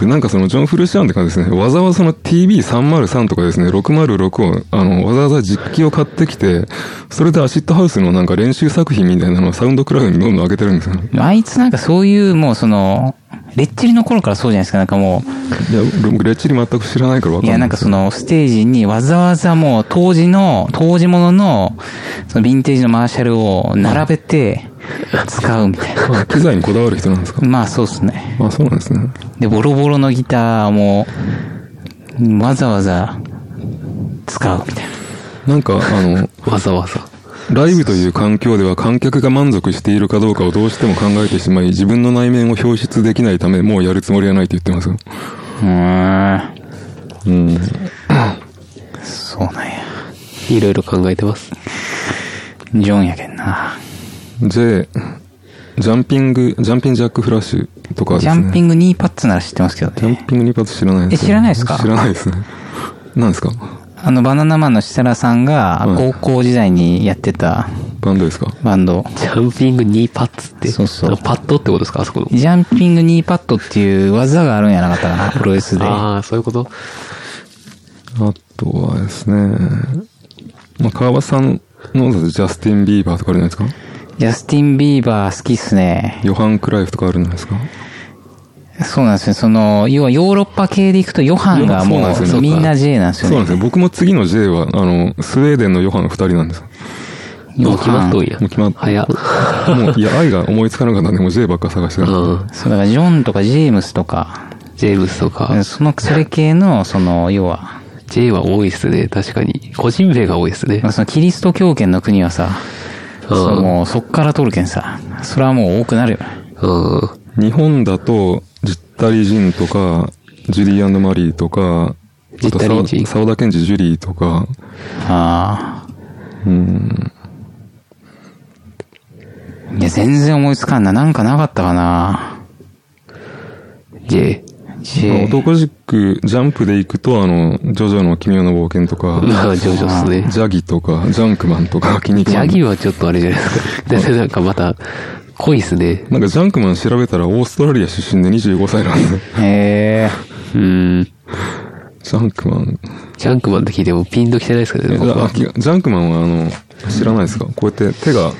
[SPEAKER 1] でなんかそのジョン・フルシアンって感じですね。わざわざその TB303 とかですね、606を、あの、わざわざ実機を買ってきて、それでアシットハウスのなんか練習作品みたいなのをサウンドクラウドにどんどん上げてるんですよね。
[SPEAKER 2] あいつなんかそういう、もうその、レッチリの頃からそうじゃないですか。なんかも
[SPEAKER 1] いや、僕、レッチリ全く知らないからわ
[SPEAKER 2] う、
[SPEAKER 1] か
[SPEAKER 2] い
[SPEAKER 1] んない。
[SPEAKER 2] やなんかそ、のステージにわざわざもう当時の、当時ものの、そのヴィンテージのマーシャルを並べて使うみたいな。
[SPEAKER 1] あ機材にこだわる人なんですか
[SPEAKER 2] まあそうっすね。
[SPEAKER 1] あ、そうなんですね。
[SPEAKER 2] で、ボロボロのギターも、わざわざ使うみたいな。
[SPEAKER 1] なんか、あの、
[SPEAKER 3] わざわざ。
[SPEAKER 1] ライブという環境では観客が満足しているかどうかをどうしても考えてしまい、自分の内面を表出できないため、もうやるつもりはないと言ってますよ。
[SPEAKER 2] うーん。
[SPEAKER 1] うん。
[SPEAKER 2] そうなんや。
[SPEAKER 3] いろいろ考えてます。
[SPEAKER 2] ジョンやけんな。
[SPEAKER 1] J、ジャンピング、ジャンピンジャックフラッシュとかです
[SPEAKER 2] ジ
[SPEAKER 1] ね。
[SPEAKER 2] ャンピングニーパッツなら知ってますけど
[SPEAKER 1] ジャ
[SPEAKER 2] ね
[SPEAKER 1] ン。ピング2発知らないです
[SPEAKER 2] え知らないですか
[SPEAKER 1] 知らないですね。何ですか
[SPEAKER 2] あの、バナナマンの設楽さんが
[SPEAKER 1] うん
[SPEAKER 2] 高校時代にやってた
[SPEAKER 1] バンドですか
[SPEAKER 2] バンド。
[SPEAKER 3] ジャンピング2パッツって。
[SPEAKER 2] そうそう
[SPEAKER 3] パッドってことですかあそこの。
[SPEAKER 2] ジャンピングニーパッドっていう技があるんやなかった
[SPEAKER 1] (laughs)
[SPEAKER 2] かな、プロレスで。
[SPEAKER 3] ああ、そういうこと
[SPEAKER 1] あとはですね、まあ、川端さんのジャスティン・ビーバーとかあるじゃないですか
[SPEAKER 2] ジャスティン・ビーバー好きっすね。
[SPEAKER 1] ヨハン・クライフとかあるんじゃないですか
[SPEAKER 2] そうなんですね。その、要はヨーロッパ系で行くとヨハンが
[SPEAKER 1] ヨハンそ
[SPEAKER 2] も
[SPEAKER 1] うなんですよ
[SPEAKER 2] うみんな J なんです
[SPEAKER 1] そ
[SPEAKER 2] よ
[SPEAKER 1] うな
[SPEAKER 2] ね。
[SPEAKER 1] んですよ。僕も次の J は、あの、スウェーデンのヨハン2人なんですよ。
[SPEAKER 3] もう決まっとんや。
[SPEAKER 1] もう決まっ
[SPEAKER 3] 早っ。
[SPEAKER 1] もう、いや、愛が思いつかなかったんで、もう J ばっか探してた
[SPEAKER 3] うんん。
[SPEAKER 2] そう、だからジョンとかジェームスとか、
[SPEAKER 3] ジェームスとか。
[SPEAKER 2] その、それ系の、その、要は、
[SPEAKER 3] J は多いっすね。確かに。個人名が多いっすね
[SPEAKER 2] まあ。そのキリスト教圏の国はさ、
[SPEAKER 3] うん
[SPEAKER 2] そうもうそっから取るけんさ、それはもう多くなるよ。
[SPEAKER 3] うん。
[SPEAKER 1] で。日本だと、ジッタリジンとか、ジュリーマリーとか、
[SPEAKER 3] ジッタリジン
[SPEAKER 1] 沢田健二ジュリーとか、
[SPEAKER 2] あ
[SPEAKER 1] うん、
[SPEAKER 2] あ。いや、全然思いつかんな。なんかなかったかな。
[SPEAKER 3] J。
[SPEAKER 2] J。
[SPEAKER 1] 男軸、ジャンプで行くと、あの、ジョジョの奇妙な冒険とか、
[SPEAKER 3] (laughs) まあ、ジョジョっすね。
[SPEAKER 1] ジャギとか、ジャンクマンとか、キニク
[SPEAKER 3] ジ
[SPEAKER 1] マ
[SPEAKER 3] ャ
[SPEAKER 1] ン。
[SPEAKER 3] ギはちょっとあれじゃないですか。だってなんかまた、濃いっすね。
[SPEAKER 1] なんかジャンクマン調べたらオーストラリア出身で25歳なん
[SPEAKER 3] (laughs)
[SPEAKER 1] で。
[SPEAKER 2] へえ。
[SPEAKER 3] うん。
[SPEAKER 1] ジャンクマン。
[SPEAKER 3] ジャンクマンって聞いてもピンときてないですけど
[SPEAKER 1] え
[SPEAKER 3] ね、僕
[SPEAKER 1] あ
[SPEAKER 3] は。
[SPEAKER 1] きジャンクマンはあの、知らないですかこうやって手が、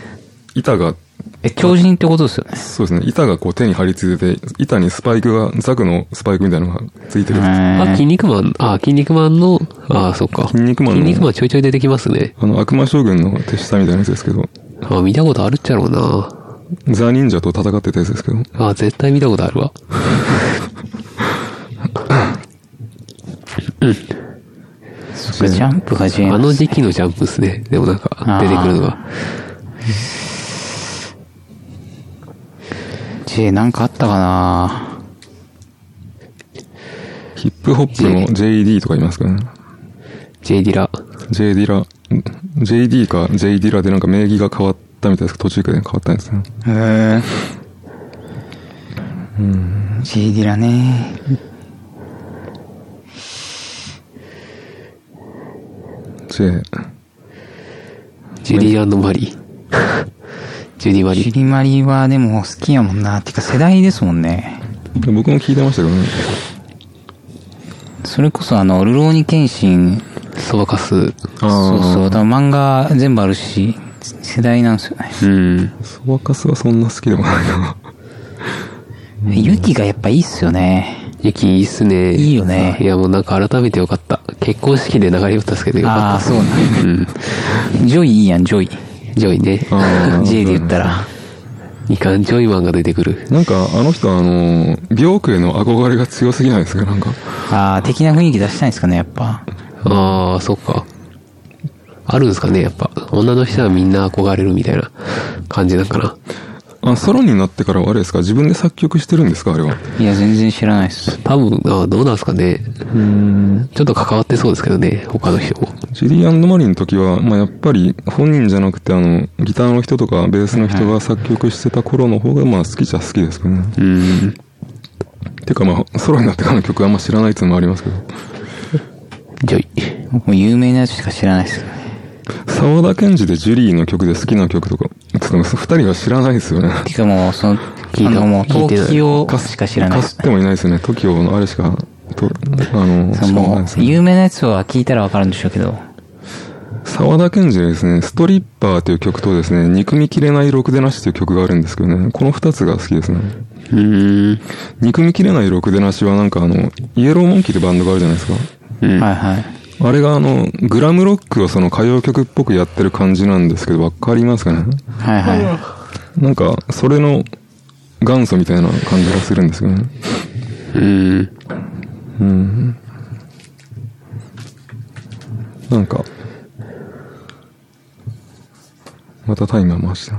[SPEAKER 1] 板が、
[SPEAKER 2] え、狂人ってことですよね。
[SPEAKER 1] そうですね、板がこう手に張り付いてて、板にスパイクが、ザクのスパイクみたいなのがついてる。
[SPEAKER 3] あ、
[SPEAKER 2] へ
[SPEAKER 3] 筋
[SPEAKER 2] え
[SPEAKER 3] 肉マン、あ、筋肉マンの、あ、そっか。
[SPEAKER 1] 筋肉マンの
[SPEAKER 3] 筋肉マンちょいちょい出てきますね。
[SPEAKER 1] あの、悪魔将軍の手下みたいなやつですけど、
[SPEAKER 3] あ、見たことあるっちゃろうな。
[SPEAKER 1] ザ・忍者と戦ってたやつですけど、
[SPEAKER 3] あ、絶対見たことあるわ。
[SPEAKER 2] そっかジャンプが J
[SPEAKER 3] あ
[SPEAKER 2] なん
[SPEAKER 3] の
[SPEAKER 2] です
[SPEAKER 3] 時期のジャンプっすね。でもなんか、出てくるのが。
[SPEAKER 2] J なんかあったかな
[SPEAKER 1] ヒップホップの JD とか言いますかね。
[SPEAKER 3] J ディラ。
[SPEAKER 1] J ディラ、JD か J ディラでなんか名義が変わったみたいですけど、途中から変わったんですね。
[SPEAKER 2] へえ。うん。J ディラね。
[SPEAKER 1] J、
[SPEAKER 3] ジュリーマリー。ジュリーマリ
[SPEAKER 2] ジュ
[SPEAKER 3] ー。
[SPEAKER 2] リマリはでも好きやもんな。てか世代ですもんね。
[SPEAKER 1] 僕も聞いてましたけどね。
[SPEAKER 2] それこそあの、ルローニケンシン。
[SPEAKER 3] そばかす。
[SPEAKER 1] あ
[SPEAKER 2] そう
[SPEAKER 1] ー
[SPEAKER 2] そう。多分漫画全部あるし、世代なんですよね。
[SPEAKER 3] うん。
[SPEAKER 1] そばかすはそんな好きでもないな。
[SPEAKER 2] ユキがやっぱいいっすよね。
[SPEAKER 3] 雪いいっすね。
[SPEAKER 2] いいよね
[SPEAKER 3] いやもうなんか改めてよかった。結婚式で流れよったっすけどよ
[SPEAKER 2] あ
[SPEAKER 3] か
[SPEAKER 2] あ、
[SPEAKER 3] っ
[SPEAKER 2] そうな
[SPEAKER 3] た。うん。
[SPEAKER 2] ん。ジョイいいやん、ジョイ。
[SPEAKER 3] ジョイね。
[SPEAKER 1] あー
[SPEAKER 2] J で言ったら。
[SPEAKER 3] 二巻ジョイマンが出てくる。
[SPEAKER 1] なんか、あの人はあの、美容区への憧れが強すぎないですかなんか。
[SPEAKER 2] ああ、的な雰囲気出したいんですかね、やっぱ。
[SPEAKER 3] ああ、そっか。あるんですかね、やっぱ。女の人はみんな憧れるみたいな感じなんかな。
[SPEAKER 1] あ、ソロになってからはあれですか自分で作曲してるんですかあれは。
[SPEAKER 2] いや、全然知らないっす。
[SPEAKER 3] 多分、あーどうなんですかね。ちょっと関わってそうですけどね、他の人も。
[SPEAKER 1] ジュリーマリーの時は、まあ、やっぱり本人じゃなくて、あの、ギターの人とかベースの人が作曲してた頃の方が、まあ、好きじゃ好きですけどね。
[SPEAKER 3] うん。
[SPEAKER 1] てかまあ、ソロになってからの曲はあんま知らないっていうのもありますけど。
[SPEAKER 3] ジョイ。
[SPEAKER 2] 僕も有名なやつしか知らないっす。
[SPEAKER 1] 沢田研二でジュリーの曲で好きな曲とか、ちょっともう二人が知らないですよね。
[SPEAKER 2] てかもう、その、
[SPEAKER 3] 聞いた
[SPEAKER 2] あのもう、
[SPEAKER 3] 聞いてない
[SPEAKER 2] 東京しか知らないっ
[SPEAKER 1] か
[SPEAKER 2] す
[SPEAKER 1] すってもいないですよね。TOKIO のあれしか、とあの、
[SPEAKER 2] そ
[SPEAKER 1] し
[SPEAKER 2] う
[SPEAKER 1] かもない
[SPEAKER 2] も
[SPEAKER 1] です
[SPEAKER 2] う、
[SPEAKER 1] ね。
[SPEAKER 2] 有名なやつは聞いたらわかるんでしょうけど。
[SPEAKER 1] 沢田研二はですね、ストリッパーという曲とですね、憎みきれないろくでなしという曲があるんですけどね、この二つが好きですね。
[SPEAKER 3] うーん。
[SPEAKER 1] 憎みきれないろくでなしはなんかあの、イエローモンキーってバンドがあるじゃないですか。
[SPEAKER 3] うん。
[SPEAKER 2] はいはい。
[SPEAKER 1] あれがあの、グラムロックをその歌謡曲っぽくやってる感じなんですけど、わかりますかね
[SPEAKER 2] はいは
[SPEAKER 1] なんか、それの元祖みたいな感じがするんですけどね。
[SPEAKER 3] うん。
[SPEAKER 1] うん。なんか、またタイマー回した。
[SPEAKER 2] い。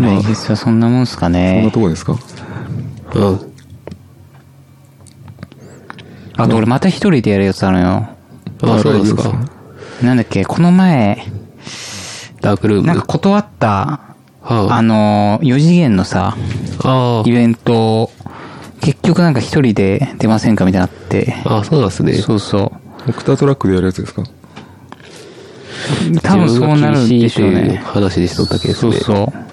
[SPEAKER 2] 来月はそんなもんっすか
[SPEAKER 1] こんな
[SPEAKER 2] ね
[SPEAKER 1] と。こですか
[SPEAKER 3] うん。
[SPEAKER 2] あと俺また一人でやるやつあるよ。
[SPEAKER 3] あ、そうなんですか。
[SPEAKER 2] なんだっけ、この前、
[SPEAKER 3] ダークルーム。
[SPEAKER 2] なんか断った、
[SPEAKER 3] は
[SPEAKER 2] あ
[SPEAKER 3] あ、
[SPEAKER 2] の、4次元のさ、
[SPEAKER 3] あ
[SPEAKER 2] イベント、結局なんか一人で出ませんかみたいになって、
[SPEAKER 3] あ、ああそうなんですね。
[SPEAKER 2] そうそ
[SPEAKER 1] オクタトラックでやるやつですか
[SPEAKER 2] う。多分そうなるんでしょう
[SPEAKER 3] 自分が厳しいという
[SPEAKER 2] ね。
[SPEAKER 3] 話でしとったけです
[SPEAKER 2] そ
[SPEAKER 3] ね。
[SPEAKER 2] うそう。ま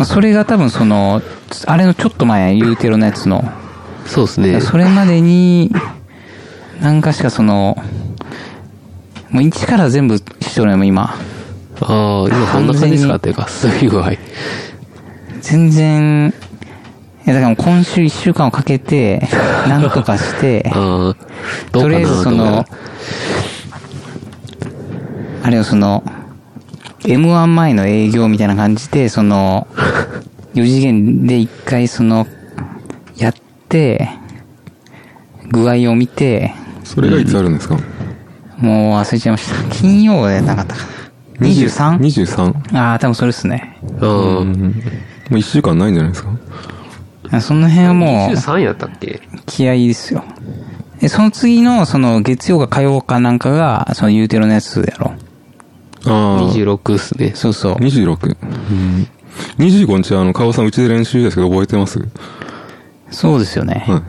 [SPEAKER 2] あ、それが多分その、あれのちょっと前、ユーテロのやつの、
[SPEAKER 3] そうですね。
[SPEAKER 2] それまでに、何かしかその、もう一から全部しとるのよ、もう今。
[SPEAKER 3] ああ、今こんな感じです
[SPEAKER 2] 完全
[SPEAKER 3] か
[SPEAKER 2] に
[SPEAKER 3] っていうか、そういう具合。
[SPEAKER 2] 全然、いやだからもう今週一週間をかけ (laughs) て、なんとかして、
[SPEAKER 3] ああ、どう
[SPEAKER 2] と
[SPEAKER 3] か
[SPEAKER 2] りあえ
[SPEAKER 3] な
[SPEAKER 2] ず
[SPEAKER 3] と
[SPEAKER 2] そ
[SPEAKER 3] 思いなが
[SPEAKER 2] の
[SPEAKER 3] ら、
[SPEAKER 2] あれよ、その、M1 前の営業みたいな感じで、その、4次元で一回その、やって、具合を見て、
[SPEAKER 1] それがいつあるんですか
[SPEAKER 2] もう忘れちゃいました。金曜でなかったかな。23?
[SPEAKER 1] ?23?
[SPEAKER 2] ああ、多分それっすね。
[SPEAKER 1] う
[SPEAKER 3] うんん。
[SPEAKER 1] もう1週間ないんじゃないですか
[SPEAKER 2] その辺はもう、
[SPEAKER 3] 23やったっけ
[SPEAKER 2] 気合いですよ。え、その次の、その、月曜か火曜かなんかが、その、ユーテロのやつやろ。
[SPEAKER 1] ああ。
[SPEAKER 3] ?26 っすね。
[SPEAKER 2] そうそう。
[SPEAKER 1] 26。25日はあの、カオさんうちで練習ですけど覚えてます
[SPEAKER 2] そうですよね。
[SPEAKER 1] は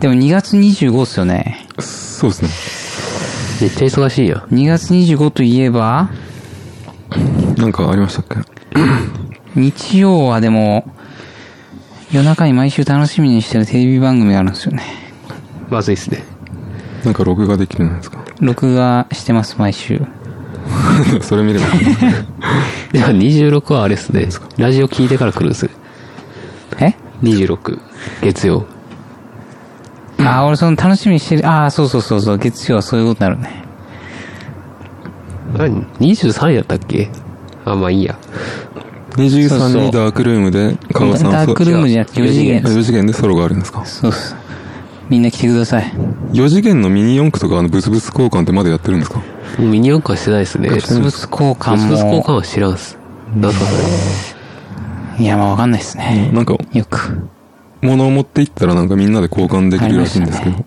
[SPEAKER 2] でも2月25っすよね。
[SPEAKER 1] い。そうですね。
[SPEAKER 3] めっちゃ忙しいやん。
[SPEAKER 2] 2月25といえば、
[SPEAKER 1] なんかありましたっけ
[SPEAKER 2] 日曜はでも、夜中に毎週楽しみにしてるテレビ番組があるんですよね。
[SPEAKER 3] まずいっすね。
[SPEAKER 1] なんか録画できるんですか (laughs)
[SPEAKER 2] 録画してます、毎週。
[SPEAKER 1] それ見れ
[SPEAKER 2] (laughs)
[SPEAKER 1] ば。
[SPEAKER 3] じゃあ26はあれっすね。ラジオ聞いてから来るんです。
[SPEAKER 2] え
[SPEAKER 3] 26。月曜。
[SPEAKER 2] あー、俺その楽しみにしてる、ああ、そうそうそうそう、月曜はそういうことになるね。
[SPEAKER 3] あれ、23やったっけあ、まあいいや。
[SPEAKER 2] そうそ
[SPEAKER 1] 23
[SPEAKER 2] う
[SPEAKER 1] にダークルームで、カオさん
[SPEAKER 2] ダークルームじゃなくて4次元。
[SPEAKER 1] 4次元でソロがあるんですか
[SPEAKER 2] そうっす。みんな来てください。
[SPEAKER 1] 4次元のミニ四駆とかあのブツブツ交換ってまだやってるんですか
[SPEAKER 3] もうミニ四駆はしてないっすね。ブ
[SPEAKER 2] ブツブツ交換も。
[SPEAKER 3] スブス交換は知らんっす。なんすかそ
[SPEAKER 2] いや、まあわかんないですね。
[SPEAKER 1] なんか、
[SPEAKER 2] よく。
[SPEAKER 1] 物を持っていったらなんかみんなで交換できるらしいんですけ
[SPEAKER 2] ありま
[SPEAKER 1] ど。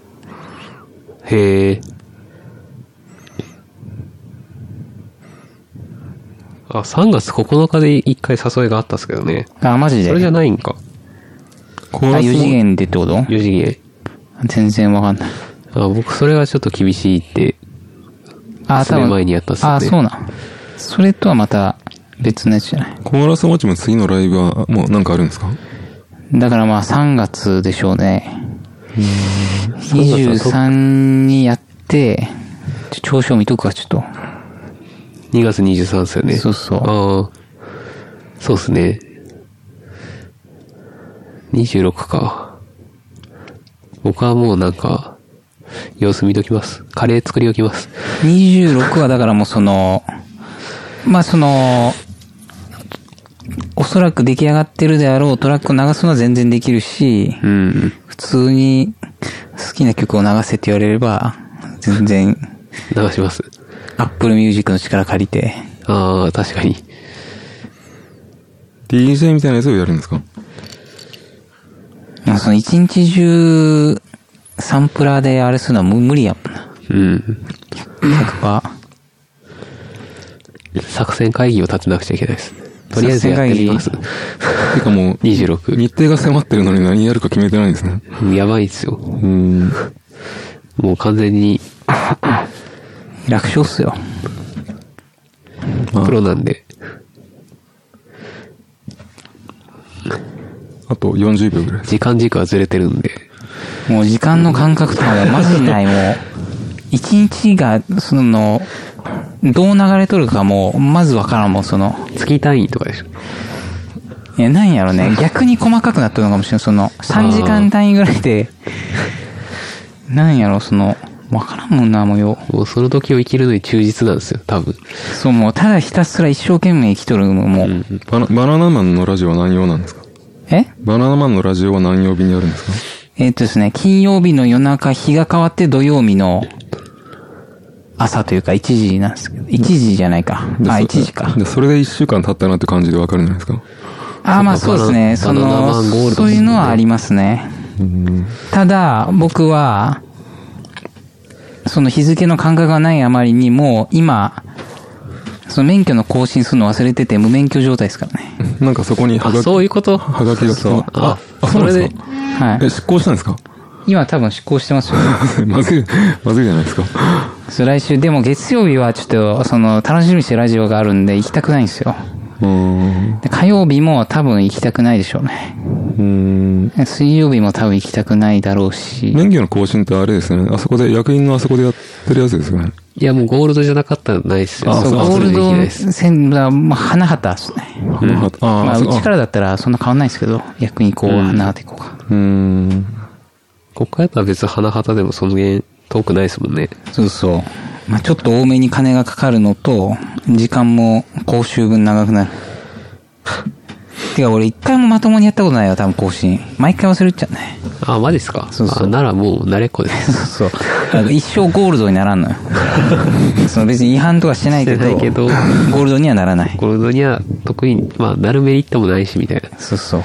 [SPEAKER 3] れ。へえ。あ、3月9日で一回誘いがあったっすけどね。
[SPEAKER 2] あ、マジで。
[SPEAKER 3] それじゃないんか。
[SPEAKER 1] コー
[SPEAKER 2] あ、
[SPEAKER 1] ラス
[SPEAKER 2] 4次
[SPEAKER 1] も、
[SPEAKER 2] 元でってこと
[SPEAKER 3] 4次元。
[SPEAKER 2] 全然わかんない。
[SPEAKER 3] あ、僕それがちょっと厳しいって。
[SPEAKER 2] あ、
[SPEAKER 3] 数
[SPEAKER 2] 多
[SPEAKER 3] 年
[SPEAKER 2] 分。
[SPEAKER 3] 前にやったっすよね
[SPEAKER 2] あ、そうなん。それとはまた別のやつじゃない。
[SPEAKER 1] コーラスウォッチも次のライブはもうなんかあるんですか
[SPEAKER 2] だからまあ3月でしょうね。
[SPEAKER 3] 3月は
[SPEAKER 2] 23にやって、ちょ、調書見とくか、ちょっと。
[SPEAKER 3] 2月23っすよね。
[SPEAKER 2] そうそう
[SPEAKER 3] ああ。そうっすね。26か。僕はもうなんか、様子見ときます。カレー作り置きます。
[SPEAKER 2] 26はだからもうその、まあその、おそらく出来上がってるであろうトラックを流すのは全然できるし、
[SPEAKER 3] うん。
[SPEAKER 2] 普通に好きな曲を流せって言われれば、全然、
[SPEAKER 3] 流します。
[SPEAKER 2] Apple Music の力借りて、
[SPEAKER 3] ああ、確かに。
[SPEAKER 1] ?DJ みたいなやつをやるんですか
[SPEAKER 2] まあその一日中、サンプラーであれするのは無無理やもんな。
[SPEAKER 3] うん。
[SPEAKER 2] 100%。
[SPEAKER 3] 作戦会議を立てなくちゃいけないです。とりあえずやってみます。
[SPEAKER 2] 作
[SPEAKER 1] てかもう、
[SPEAKER 3] 26。
[SPEAKER 1] 日程が迫ってるのに何やるか決めてないんですね。
[SPEAKER 3] やばいっすよ。
[SPEAKER 1] うん。
[SPEAKER 3] もう完全に
[SPEAKER 2] 楽勝っすよ。
[SPEAKER 3] プロなんで。
[SPEAKER 1] あと40秒ぐらいです。
[SPEAKER 3] 時間軸はずれてるんで。
[SPEAKER 2] もう時間の感覚とかもマジない、もう。一日が、その、どう流れとるかも、まずわからんもん、その。
[SPEAKER 3] 月単位とかでしょ。
[SPEAKER 2] いや、なんやろね。逆に細かくなっとるのかもしれん、その、3時間単位ぐらいで、なんやろ、その、わからんもんな、もうよ。
[SPEAKER 3] もうその時を生きるのに忠実なんですよ、多分。
[SPEAKER 2] そう、もう、ただひたすら一生懸命生きとる、もう。
[SPEAKER 1] バナバナナマンのラジオは何曜なんですか
[SPEAKER 2] え
[SPEAKER 1] バナナマンのラジオは何曜日にやるんです
[SPEAKER 2] えっ、とですね、金曜日の夜中、日が変わって土曜日の朝というか1時なんですけど、1時じゃないか。
[SPEAKER 1] か
[SPEAKER 2] あ、
[SPEAKER 1] で
[SPEAKER 2] 1
[SPEAKER 1] そ
[SPEAKER 2] 時か。
[SPEAKER 1] でそれで1週間経ったなって感じでわかるんじゃないですか
[SPEAKER 2] あ、まあそうですね。
[SPEAKER 3] バ
[SPEAKER 2] そ
[SPEAKER 3] ナナ
[SPEAKER 2] の
[SPEAKER 3] マンゴールドです、ね
[SPEAKER 2] そういうのはありますね。ただ、僕は、その日付の感覚がないあまりにも、今、その免許の更新するの忘れてて無免許状態ですからね。
[SPEAKER 1] なんかそこにハガ
[SPEAKER 3] あ、
[SPEAKER 1] キ、
[SPEAKER 3] そういうこと
[SPEAKER 1] ハガキが来た
[SPEAKER 3] そうそうあ、
[SPEAKER 1] あ
[SPEAKER 3] それ
[SPEAKER 1] そうなん
[SPEAKER 3] で
[SPEAKER 1] です、か
[SPEAKER 2] は
[SPEAKER 1] え、執行したんですか (laughs)
[SPEAKER 2] い。今多分執行してますよ。
[SPEAKER 1] まずい、 (laughs) まずいじゃないですか。
[SPEAKER 2] そう来週、でも月曜日はちょっと、その、楽しみにしてるラジオがあるんで行きたくないんですよ。
[SPEAKER 1] うーん。
[SPEAKER 2] で火曜日も多分行きたくないでしょうね。
[SPEAKER 1] うーん。
[SPEAKER 2] 水曜日も多分行きたくないだろうし。
[SPEAKER 1] 免許の更新ってあれですよね。あそこで、役員のあそこでやってるやつですよね。
[SPEAKER 3] いや、もうゴールドじゃなかったらないっすよ。
[SPEAKER 1] あ
[SPEAKER 2] そう、
[SPEAKER 1] そう
[SPEAKER 2] ゴール
[SPEAKER 3] できない
[SPEAKER 2] ド
[SPEAKER 3] っす
[SPEAKER 2] 戦は、まあ、花畑ですね。
[SPEAKER 1] あのあ
[SPEAKER 2] まあ、
[SPEAKER 1] そう
[SPEAKER 2] うちからだったらそんな変わんないですけど、役にこう、花畑行こうか。
[SPEAKER 1] うーん。
[SPEAKER 3] 国会だったら別に花畑でもその辺遠くないですもんね。
[SPEAKER 2] そうそう。まあ、ちょっと多めに金がかかるのと、時間も講習分長くなる。 (laughs) てか、俺一回もまともにやったことないよ、多分更新。毎回忘れるっちゃうね。
[SPEAKER 3] あ、マジっすか
[SPEAKER 2] そうそう
[SPEAKER 3] あならもう慣れっこで
[SPEAKER 2] そう
[SPEAKER 3] す。
[SPEAKER 2] (laughs) そう。だから一生ゴールドにならんのよ。その別に違反とかしてないけど、
[SPEAKER 3] してないけど
[SPEAKER 2] ゴールドにはならない。
[SPEAKER 3] ゴールドには得意、まあ、なるメリットもないし、みたいな。
[SPEAKER 2] そうそう。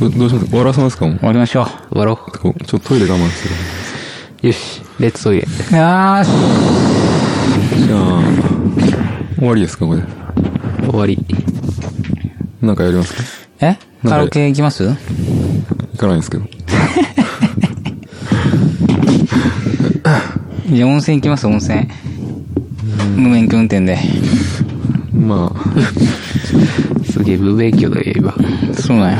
[SPEAKER 1] どどうします終わらせますかもう
[SPEAKER 2] 終わりましょう。
[SPEAKER 3] 終わろ
[SPEAKER 1] こうちょっとトイレ我慢する。
[SPEAKER 3] う。よし、レッツトイレ。
[SPEAKER 2] よーし。
[SPEAKER 1] じゃあ、終わりですか、これ。
[SPEAKER 3] 終わり。
[SPEAKER 1] なんかやりますか
[SPEAKER 2] えカラオケ行きます
[SPEAKER 1] 行かないんですけど。
[SPEAKER 2] じゃあ温泉行きます、温泉。無免許運転で。
[SPEAKER 1] まあ、
[SPEAKER 3] すげえ無免許だね、今。
[SPEAKER 2] そうなんよ。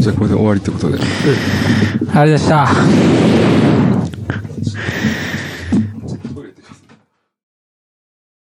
[SPEAKER 1] じゃあこれで終わりってことで。
[SPEAKER 2] あれでした。